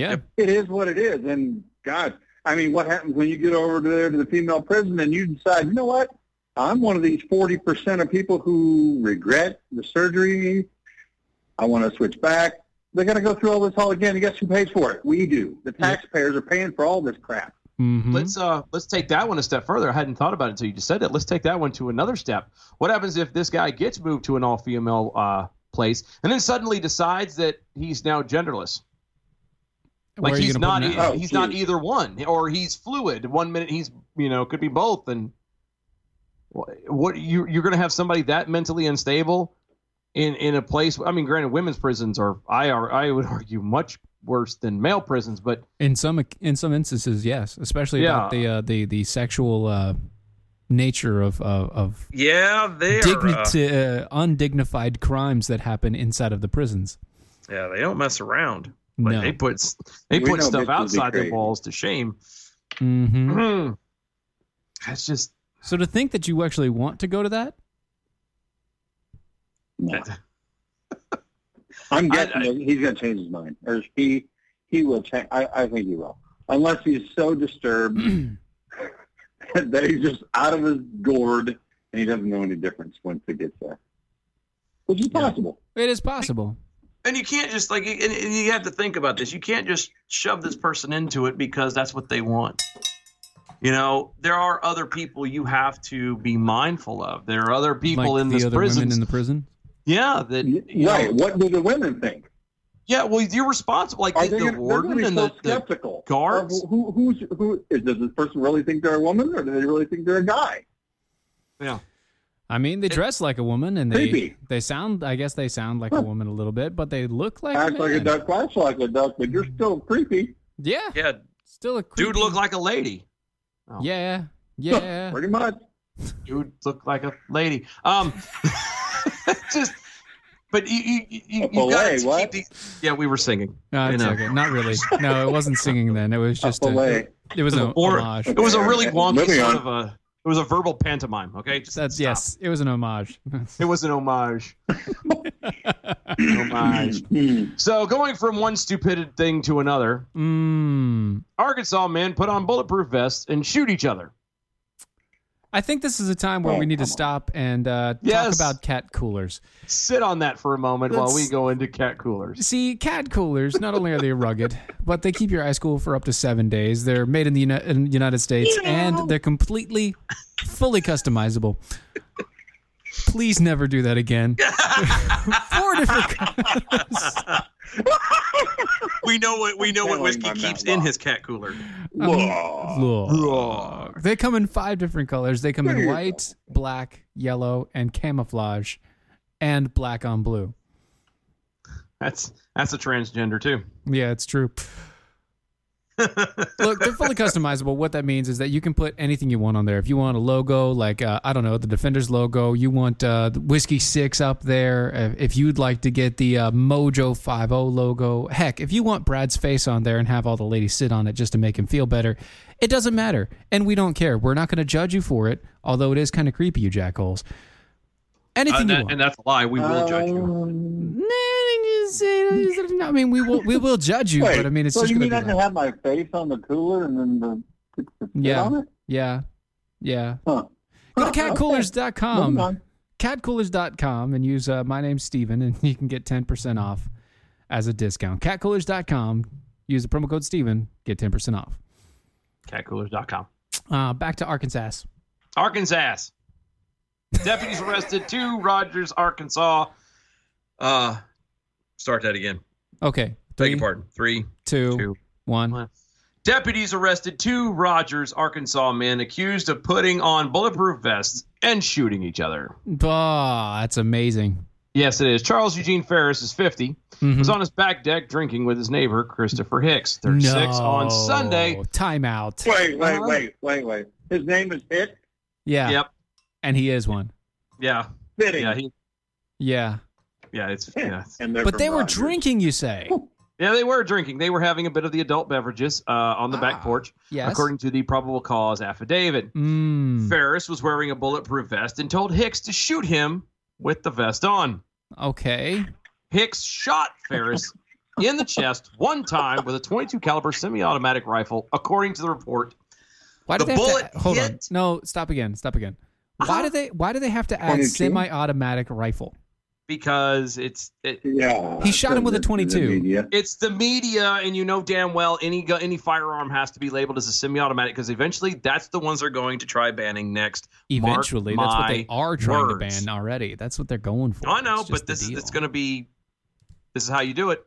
Speaker 5: Yeah.
Speaker 6: It is what it is. And, God, I mean, what happens when you get over there to the female prison and you decide, you know what? I'm one of these 40% of people who regret the surgery. I want to switch back. They're going to go through all this all again. And guess who pays for it? We do. The taxpayers are paying for all this crap.
Speaker 5: Mm-hmm.
Speaker 4: Let's uh let's take that one a step further. I hadn't thought about it until you just said that. Let's take that one to another step. What happens if this guy gets moved to an all female uh place and then suddenly decides that he's now genderless?
Speaker 5: Where
Speaker 4: Like
Speaker 5: are you
Speaker 4: he's
Speaker 5: gonna
Speaker 4: not
Speaker 5: put him
Speaker 4: e-
Speaker 5: at?
Speaker 4: he's not either one or he's fluid. One minute he's you know could be both and wh- what you you're going to have somebody that mentally unstable in in a place I mean granted women's prisons are I are I would argue much worse than male prisons but
Speaker 5: In some in some instances, yes, especially about
Speaker 4: Yeah.
Speaker 5: the uh, the the sexual uh, nature of of, of
Speaker 4: yeah they
Speaker 5: dignity, uh, undignified crimes that happen inside of the prisons.
Speaker 4: Yeah, they don't mess around.
Speaker 5: No.
Speaker 4: Like they put they
Speaker 5: We
Speaker 4: put
Speaker 5: know
Speaker 4: stuff
Speaker 5: bitches be
Speaker 4: outside their
Speaker 5: crazy.
Speaker 4: walls to shame.
Speaker 5: Mm-hmm.
Speaker 4: Hmm. That's just
Speaker 5: so to think that you actually want to go to that.
Speaker 6: I'm guessing that he's going to change his mind. Or he he will change. I, I think he will, unless he's so disturbed that he's just out of his gourd and he doesn't know any difference once it gets there, which is possible.
Speaker 5: It is possible.
Speaker 4: And you can't just like and, and you have to think about this. You can't just shove this person into it because that's what they want. You know, there are other people you have to be mindful of. There are other people
Speaker 5: like
Speaker 4: in
Speaker 5: the
Speaker 4: this
Speaker 5: other
Speaker 4: prison.
Speaker 5: women in the prison.
Speaker 4: yeah, that you
Speaker 6: Right.
Speaker 4: know-
Speaker 6: What do the women think?
Speaker 4: yeah, well, you're responsible. Like
Speaker 6: Are
Speaker 4: the,
Speaker 6: they
Speaker 4: the
Speaker 6: gonna, they're going
Speaker 4: warden
Speaker 6: to be
Speaker 4: and the,
Speaker 6: so
Speaker 4: the
Speaker 6: skeptical?
Speaker 4: guards?
Speaker 6: of Who, who's, who, is, does this person really think they're a woman or do they really think they're a guy?
Speaker 4: Yeah.
Speaker 5: I mean, they dress like a woman and they
Speaker 6: Creepy.
Speaker 5: they sound. I guess they sound like a woman a little bit, but they look like
Speaker 6: Act
Speaker 5: a
Speaker 6: like a
Speaker 5: man.
Speaker 6: duck, flash like a duck, but you're still creepy.
Speaker 5: Yeah,
Speaker 4: yeah.
Speaker 5: Still a creepy,
Speaker 4: Dude looked like a lady.
Speaker 5: Yeah, yeah.
Speaker 6: Pretty much.
Speaker 4: You would look like a lady. Um, just, but you you you, you
Speaker 5: Well,
Speaker 4: you've got
Speaker 5: hey,
Speaker 4: to
Speaker 5: what?
Speaker 4: keep these. Yeah, we were singing.
Speaker 5: No,
Speaker 4: I
Speaker 5: it's
Speaker 4: know.
Speaker 5: okay. Not really. No, it wasn't singing then. It was just a, it was an
Speaker 4: Or-
Speaker 5: homage.
Speaker 4: It was a really wonky sort of a. It was a verbal pantomime. Okay, just
Speaker 5: That's yes. It was an homage.
Speaker 4: It was an homage. homage.
Speaker 6: Hmm.
Speaker 4: so going from one stupid thing to another,
Speaker 5: Mm.
Speaker 4: Arkansas men put on bulletproof vests and shoot each other.
Speaker 5: I think this is a time where we need to stop and uh, talk
Speaker 4: Yes.
Speaker 5: about cat coolers.
Speaker 4: Sit on that for a moment while
Speaker 5: Let's-
Speaker 4: we go into cat coolers.
Speaker 5: See, cat coolers, not only are they rugged, but they keep your ice cool for up to seven days. They're made in the Uni- in the United States and they're completely, fully customizable. Please never do that again. Four different
Speaker 4: we know what we know what whiskey keeps in his cat cooler.
Speaker 5: Look. They come in five different colors. They come
Speaker 4: There
Speaker 5: in
Speaker 4: you
Speaker 5: white, black, yellow, and camouflage, and black on blue.
Speaker 4: That's that's a transgender too.
Speaker 5: Yeah, it's true.
Speaker 4: Uh,
Speaker 5: Look, they're fully customizable. What that means is that you can put anything you want on there. If you want a logo, like uh, I don't know, the Defenders logo, you want uh, the Whiskey Six up there. Uh, If you'd like to get the uh, Mojo Five O logo, heck, if you want Brad's face on there and have all the ladies sit on it just to make him feel better, it doesn't matter, and we don't care. We're not going to judge you for it. Although it is kind of creepy, you jackholes. Anything
Speaker 4: Uh,
Speaker 5: you
Speaker 4: that-
Speaker 5: want.
Speaker 4: and that's a lie. We will judge you.
Speaker 6: Um,
Speaker 5: I mean, we will we will judge you,
Speaker 6: Wait,
Speaker 5: but I mean, it's
Speaker 6: so
Speaker 5: just
Speaker 6: you
Speaker 5: going to
Speaker 6: mean I
Speaker 5: be.
Speaker 6: can have my face on the cooler and then the
Speaker 5: Yeah.
Speaker 6: on it?
Speaker 5: Yeah. Yeah.
Speaker 6: Huh.
Speaker 5: Go to catcoolers.com.
Speaker 6: Moving on.
Speaker 5: Catcoolers.com and use uh, my name Steven and you can get 10% off as a discount. Catcoolers.com. Use the promo code Steven, get 10% off.
Speaker 4: Catcoolers.com.
Speaker 5: Uh, back to Arkansas.
Speaker 4: Arkansas. Deputies arrested two Rogers, Arkansas. Uh, start that again.
Speaker 5: Okay.
Speaker 4: Beg your pardon. Three,
Speaker 5: two, one.
Speaker 4: Deputies arrested two Rogers, Arkansas men accused of putting on bulletproof vests and shooting each other.
Speaker 5: Ah, that's amazing.
Speaker 4: Yes, it is. Charles Eugene Ferris is 50.
Speaker 5: Mhm.
Speaker 4: Was on his back deck drinking with his neighbor Christopher Hicks, 36, on
Speaker 5: No.
Speaker 4: Sunday.
Speaker 5: Timeout.
Speaker 6: Wait, wait, wait, wait, wait. His name is Hicks.
Speaker 5: Yeah.
Speaker 4: Yep.
Speaker 5: And he is one.
Speaker 4: Yeah.
Speaker 6: Fitting.
Speaker 4: Yeah. He,
Speaker 5: Yeah.
Speaker 4: yeah. It's. Yeah.
Speaker 6: And
Speaker 5: But they were drinking, you say.
Speaker 4: Yeah, they were drinking. They were having a bit of the adult beverages uh, on the back porch,
Speaker 5: Ah, yes.
Speaker 4: according to the probable cause affidavit.
Speaker 5: Mm,
Speaker 4: Ferris was wearing a bulletproof vest and told Hicks to shoot him with the vest on.
Speaker 5: okay.
Speaker 4: Hicks shot Ferris in the chest one time with a 22 caliber semi-automatic rifle, according to the report.
Speaker 5: Why did
Speaker 4: the
Speaker 5: they
Speaker 4: bullet
Speaker 5: have to, hold
Speaker 4: hit
Speaker 5: on? No, stop again. Stop again.
Speaker 4: Uh-huh.
Speaker 5: Why do they why do they have to add
Speaker 4: 22?
Speaker 5: semi-automatic rifle?
Speaker 4: because it's it,
Speaker 6: yeah.
Speaker 5: He shot him with a 22.
Speaker 4: It's the media, and you know damn well any gu- any firearm has to be labeled as a semi-automatic because eventually that's the ones they're going to try banning next. Mark
Speaker 5: Eventually, that's what they
Speaker 4: my
Speaker 5: are trying to
Speaker 4: words.
Speaker 5: ban already. That's what they're going for.
Speaker 4: I know, but this is it's going to be this is how you do it.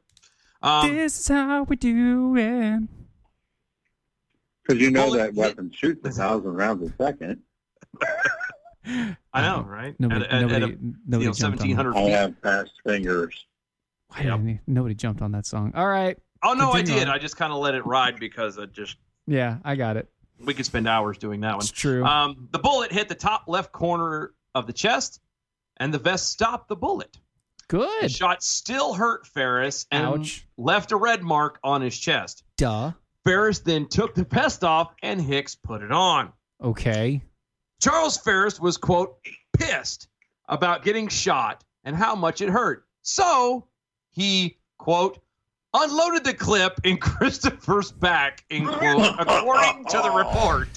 Speaker 4: Um,
Speaker 5: this is how we do it.
Speaker 6: Because you know that weapon shoots a thousand rounds a second.
Speaker 4: I know, right?
Speaker 5: Nobody- nobody- nobody jumped on that.
Speaker 6: I have fast fingers.
Speaker 5: Why didn't he- nobody jumped on that song? All right.
Speaker 4: Oh no, I
Speaker 5: Continue
Speaker 4: did.
Speaker 5: on.
Speaker 4: I just kind of let it ride because I just
Speaker 5: Yeah, I got it.
Speaker 4: we could spend hours doing that one.
Speaker 5: It's true.
Speaker 4: Um, the bullet hit the top left corner of the chest, and the vest stopped the bullet.
Speaker 5: Good.
Speaker 4: The shot still hurt Ferris and
Speaker 5: Ouch.
Speaker 4: left a red mark on his chest.
Speaker 5: Duh.
Speaker 4: Ferris then took the vest off, and Hicks put it on.
Speaker 5: Okay.
Speaker 4: Charles Ferris was, quote, pissed about getting shot and how much it hurt. So he, quote, unloaded the clip in Christopher's back, in quote, according to the report.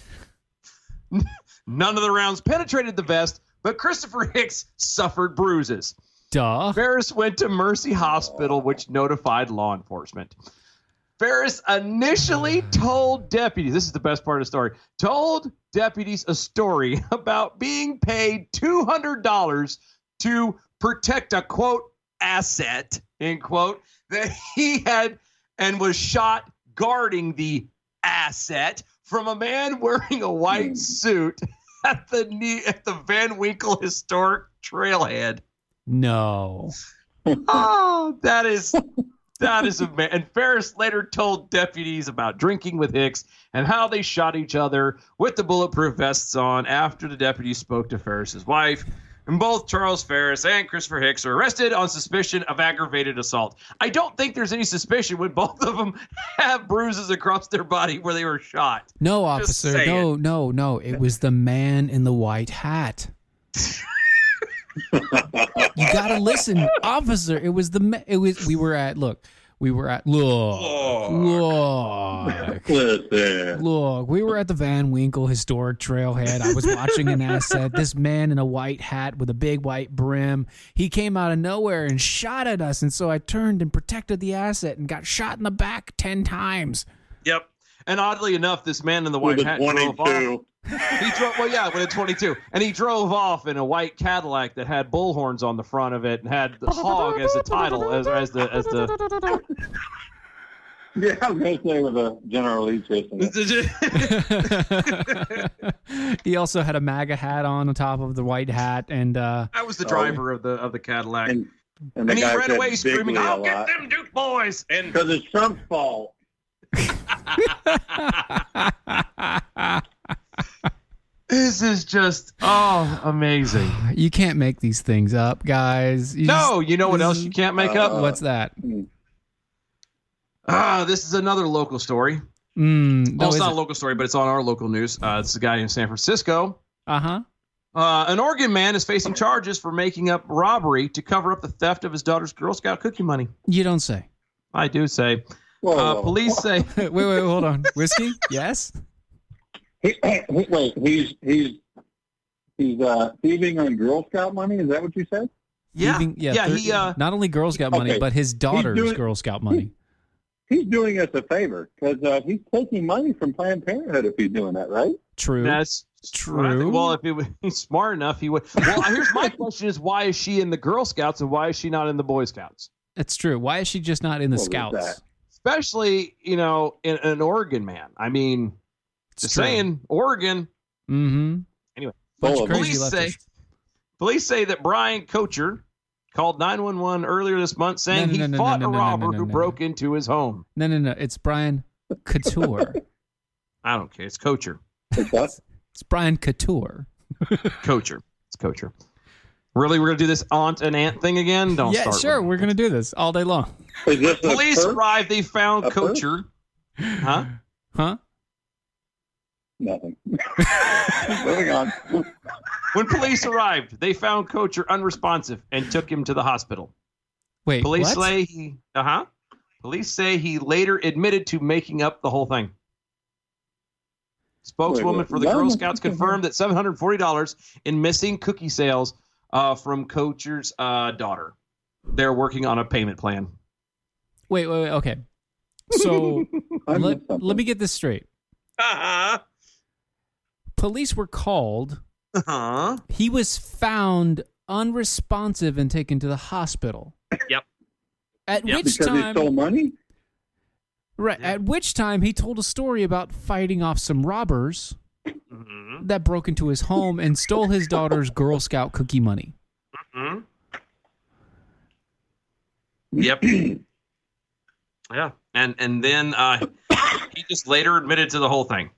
Speaker 4: None of the rounds penetrated the vest, but Christopher Hicks suffered bruises.
Speaker 5: Duh.
Speaker 4: Ferris went to Mercy Hospital, which notified law enforcement. Ferris initially told deputies, this is the best part of the story, told deputies a story about being paid $200 to protect a quote asset, end quote, that he had and was shot guarding the asset from a man wearing a white suit at the knee, at the Van Winkle Historic Trailhead.
Speaker 5: No.
Speaker 4: Oh, that is That is amazing. And Ferris later told deputies about drinking with Hicks and how they shot each other with the bulletproof vests on after the deputies spoke to Ferris's wife. And both Charles Ferris and Christopher Hicks are arrested on suspicion of aggravated assault. I don't think there's any suspicion when both of them have bruises across their body where they were shot.
Speaker 5: No,
Speaker 4: Just
Speaker 5: officer.
Speaker 4: saying.
Speaker 5: No, no, no. It was the man in the white hat. you gotta listen, officer. It was the. Ma- it was. We were at. Look, we were at. Look, look,
Speaker 6: Listen.
Speaker 5: look. We were at the Van Winkle Historic Trailhead. I was watching an asset. This man in a white hat with a big white brim. He came out of nowhere and shot at us. And so I turned and protected the asset and got shot in the back ten times.
Speaker 4: Yep. And oddly enough, this man in the white
Speaker 6: With a
Speaker 4: hat drove
Speaker 6: 22.
Speaker 4: off. He drove well, yeah, with a twenty-two, and he drove off in a white Cadillac that had bullhorns on the front of it and had the "hog" as the title, as, as the as the.
Speaker 6: Yeah, I'm going to say with a General Lee chasing it.
Speaker 5: he also had a MAGA hat on on top of the white hat, and uh,
Speaker 4: that was the driver of the of the Cadillac, and,
Speaker 6: And the
Speaker 4: he
Speaker 6: guy
Speaker 4: ran
Speaker 6: said
Speaker 4: away screaming,
Speaker 6: "Bigly" a
Speaker 4: "I'll get
Speaker 6: lot.
Speaker 4: them Duke boys!" And
Speaker 6: Because it's Trump's fault.
Speaker 4: this is just oh amazing.
Speaker 5: you can't make these things up, guys. You
Speaker 4: no, Uh,
Speaker 5: just-
Speaker 4: you know what else you can't make up?
Speaker 6: Uh,
Speaker 5: what's that?
Speaker 4: Ah, this is another local story.
Speaker 5: Mm,
Speaker 4: Well, Oh, it's not a local story, but it's on our local news. Uh, it's a guy in San Francisco
Speaker 5: uh huh.
Speaker 4: Uh, an Oregon man is facing charges for making up robbery to cover up the theft of his daughter's Girl Scout cookie money.
Speaker 5: You don't say.
Speaker 4: I do say.
Speaker 6: Whoa,
Speaker 4: Uh,
Speaker 6: whoa.
Speaker 4: police say
Speaker 5: wait, wait, hold on. Whiskey? Yes.
Speaker 6: He, he, wait, he's he's he's uh, thieving on Girl Scout money. Is that what you said?
Speaker 4: yeah,
Speaker 5: Leaving-
Speaker 4: yeah,
Speaker 5: thir-
Speaker 4: he uh,
Speaker 5: not only Girl Scout money,
Speaker 6: Okay.
Speaker 5: but his daughter's
Speaker 6: doing-
Speaker 5: Girl Scout money.
Speaker 6: He's doing us a favor because uh, he's taking money from Planned Parenthood if he's doing that, right?
Speaker 5: True.
Speaker 4: that's
Speaker 5: True.
Speaker 4: Well, if he was he's smart enough, he would. Well, here's my question: Is why is she in the Girl Scouts and why is she not in the Boy Scouts?
Speaker 5: That's true. Why is she just not in the
Speaker 6: What was
Speaker 5: Scouts?
Speaker 6: that?
Speaker 4: Especially, you know, in an Oregon man. I mean, just saying, Oregon.
Speaker 5: Mm-hmm.
Speaker 4: Anyway,
Speaker 5: bunch
Speaker 6: Full
Speaker 5: of
Speaker 6: of
Speaker 5: crazy
Speaker 4: police
Speaker 5: leftists.
Speaker 4: say Police say that Brian Kocher called 911 earlier this month saying
Speaker 5: No, no,
Speaker 4: he
Speaker 5: no, no,
Speaker 4: fought
Speaker 5: no, no,
Speaker 4: a
Speaker 5: no, no,
Speaker 4: robber
Speaker 5: no,
Speaker 4: who
Speaker 5: no.
Speaker 4: broke into his home.
Speaker 5: No, no, no. It's Brian Couture.
Speaker 4: I don't care. It's Kocher.
Speaker 6: It's us.
Speaker 5: it's Brian Couture.
Speaker 4: Coacher. It's Coacher. Really, we're gonna do this aunt and aunt thing again? Don't
Speaker 5: yeah,
Speaker 4: start.
Speaker 5: sure.
Speaker 4: with
Speaker 5: We're gonna do this all day long.
Speaker 6: Is this
Speaker 4: me.
Speaker 6: a
Speaker 4: Police
Speaker 6: perp?
Speaker 4: arrived. They found
Speaker 6: A perp?
Speaker 4: Coacher. Huh?
Speaker 5: Huh?
Speaker 6: Nothing. Moving on.
Speaker 4: When police arrived, they found Coacher unresponsive and took him to the hospital.
Speaker 5: Wait.
Speaker 4: Police
Speaker 5: what?
Speaker 4: say he. Uh huh. Police say he later admitted to making up the whole thing. Spokeswoman
Speaker 6: wait,
Speaker 4: for the
Speaker 6: why am
Speaker 4: Girl
Speaker 6: I
Speaker 4: Scouts
Speaker 6: thinking
Speaker 4: confirmed that seven hundred forty dollars in missing cookie sales uh, from Coacher's uh, daughter. They're working on a payment plan.
Speaker 5: Wait, wait, wait. Okay. So
Speaker 6: I
Speaker 5: let,
Speaker 6: missed something.
Speaker 5: let me get this straight.
Speaker 4: Uh
Speaker 5: Police were called.
Speaker 4: huh.
Speaker 5: He was found unresponsive and taken to the hospital.
Speaker 4: Yep.
Speaker 5: At
Speaker 4: Yep.
Speaker 5: which
Speaker 6: because he
Speaker 5: time,
Speaker 6: stole money.
Speaker 5: right? At which time he told a story about fighting off some robbers
Speaker 4: Mm-hmm.
Speaker 5: that broke into his home and stole his daughter's Girl Scout cookie money.
Speaker 4: Yep. yeah, and and then uh, he just later admitted to the whole thing.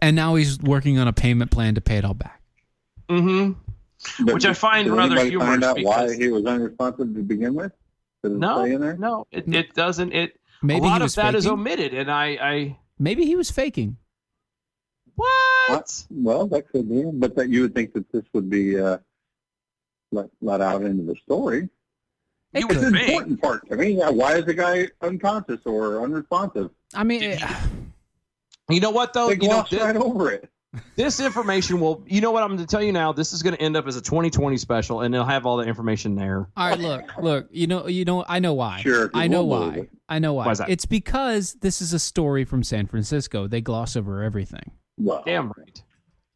Speaker 5: And now he's working on a payment plan to pay it all back.
Speaker 4: Mm-hmm.
Speaker 6: But
Speaker 4: Which I find
Speaker 6: did
Speaker 4: rather
Speaker 6: anybody
Speaker 4: humorous
Speaker 6: Find out
Speaker 4: because-
Speaker 6: why he was unresponsive to begin with. Does it
Speaker 4: No,
Speaker 6: say in there?
Speaker 4: no, it, it doesn't. It
Speaker 5: Maybe
Speaker 4: a lot
Speaker 5: he was
Speaker 4: of that is
Speaker 5: faking.
Speaker 4: omitted, and I, I
Speaker 5: Maybe he was faking.
Speaker 4: what?
Speaker 6: What? Well, that could be, but that you would think that this would be uh, let let out into the story.
Speaker 4: You
Speaker 5: It
Speaker 4: would
Speaker 6: It's
Speaker 5: could.
Speaker 6: an
Speaker 4: think.
Speaker 6: important part to me. Yeah, why is the guy unconscious or unresponsive?
Speaker 5: I mean, it-
Speaker 4: You know what though?
Speaker 6: They
Speaker 4: Oh, You know,
Speaker 6: glossed
Speaker 4: this,
Speaker 6: right over it.
Speaker 4: this information will. You know what? I'm going to tell you now. This is going to end up as a 2020 special, and they'll have all the information there.
Speaker 5: all right. Look, look. You know, you know. I know why.
Speaker 6: Sure, 'cause
Speaker 5: I know
Speaker 6: we'll
Speaker 5: why.
Speaker 6: believe it.
Speaker 5: I know why.
Speaker 4: Why's that?
Speaker 5: It's because this is a story from San Francisco. They gloss over everything.
Speaker 6: Well,
Speaker 4: Damn right.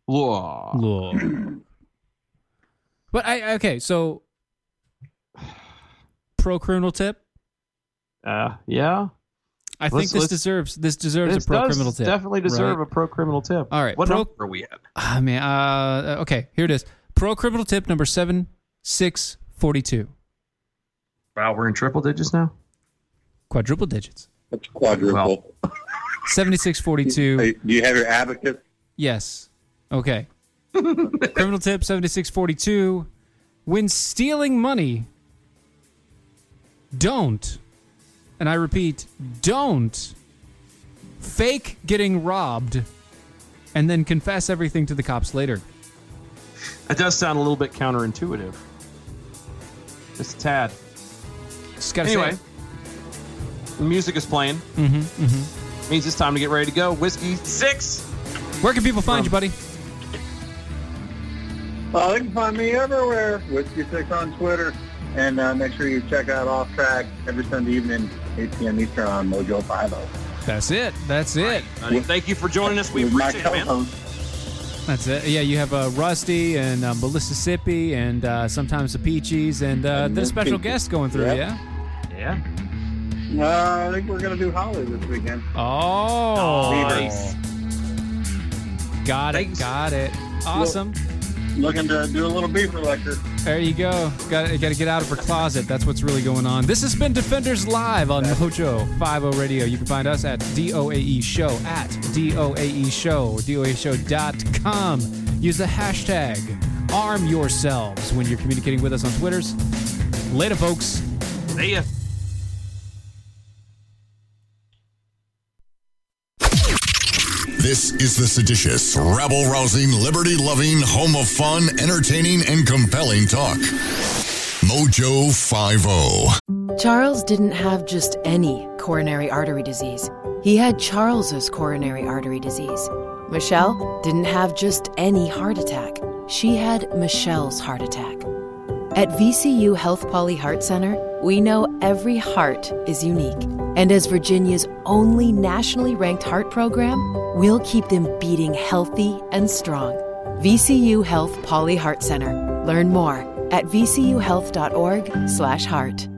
Speaker 4: Whoa.
Speaker 5: Lord. But I okay. So, pro criminal tip.
Speaker 4: Uh, yeah.
Speaker 5: I think
Speaker 4: Let's-
Speaker 5: this
Speaker 4: let's-
Speaker 5: deserves this deserves
Speaker 4: This
Speaker 5: a pro
Speaker 4: does
Speaker 5: criminal tip.
Speaker 4: Definitely deserve
Speaker 5: right?
Speaker 4: a pro criminal tip.
Speaker 5: All right,
Speaker 4: What
Speaker 5: pro-
Speaker 4: number are we at?
Speaker 5: Ah man. Uh, okay, here it is. Pro criminal tip number seven six forty two.
Speaker 4: Wow, we're in triple digits now.
Speaker 5: Quadruple digits.
Speaker 6: That's quadruple.
Speaker 5: Seventy-six forty-two.
Speaker 6: Do you have your abacus?
Speaker 5: Yes. Okay. Criminal tip 7642. When stealing money, don't, and I repeat, don't fake getting robbed and then confess everything to the cops later.
Speaker 4: That does sound a little bit counterintuitive. Just a tad.
Speaker 5: Just gotta
Speaker 4: anyway,
Speaker 5: say
Speaker 4: the music is playing.
Speaker 5: Mm-hmm, mm-hmm.
Speaker 4: Means it's time to get ready to go. Whiskey six.
Speaker 5: Where can people find you, buddy?
Speaker 6: Uh, they can find me everywhere, Whiskey Six on Twitter. And uh, make sure you check out Off Track every Sunday evening, 8 p.m. Eastern on Mojo 50.
Speaker 5: That's it. That's it.
Speaker 4: Thank you for joining us. We
Speaker 6: With my
Speaker 4: appreciate it, man.
Speaker 6: co-host.
Speaker 5: That's it. Yeah, you have uh, Rusty and uh, Mississippi and uh, sometimes the Peaches and uh, then a special guest going through,
Speaker 6: Yep.
Speaker 5: yeah?
Speaker 4: Yeah.
Speaker 6: Uh, I think we're going to do Holly this weekend.
Speaker 5: Oh,
Speaker 6: Nice.
Speaker 5: got it, got it. Awesome.
Speaker 6: Looking to do a little beaver lecture.
Speaker 5: There you go. Got to get out of her closet. That's what's really going on. This has been Defenders Live on Mojo 50 Radio. You can find us at DOAE E Show at DOAE E Show or DOAEShow.com. Use the hashtag arm yourselves when you're communicating with us on Twitters. Later, folks.
Speaker 4: See ya.
Speaker 9: This is the seditious, rabble rousing, liberty loving, home of fun, entertaining, and compelling talk. Mojo oh. 50.
Speaker 10: Charles didn't have just any coronary artery disease. He had Charles's coronary artery disease. Michelle didn't have just any heart attack. She had Michelle's heart attack. At VCU Health Poly Heart Center, we know every heart is unique. And as Virginia's only nationally ranked heart program, we'll keep them beating healthy and strong. VCU Health Poly Heart Center. Learn more at vcuhealth.org/heart.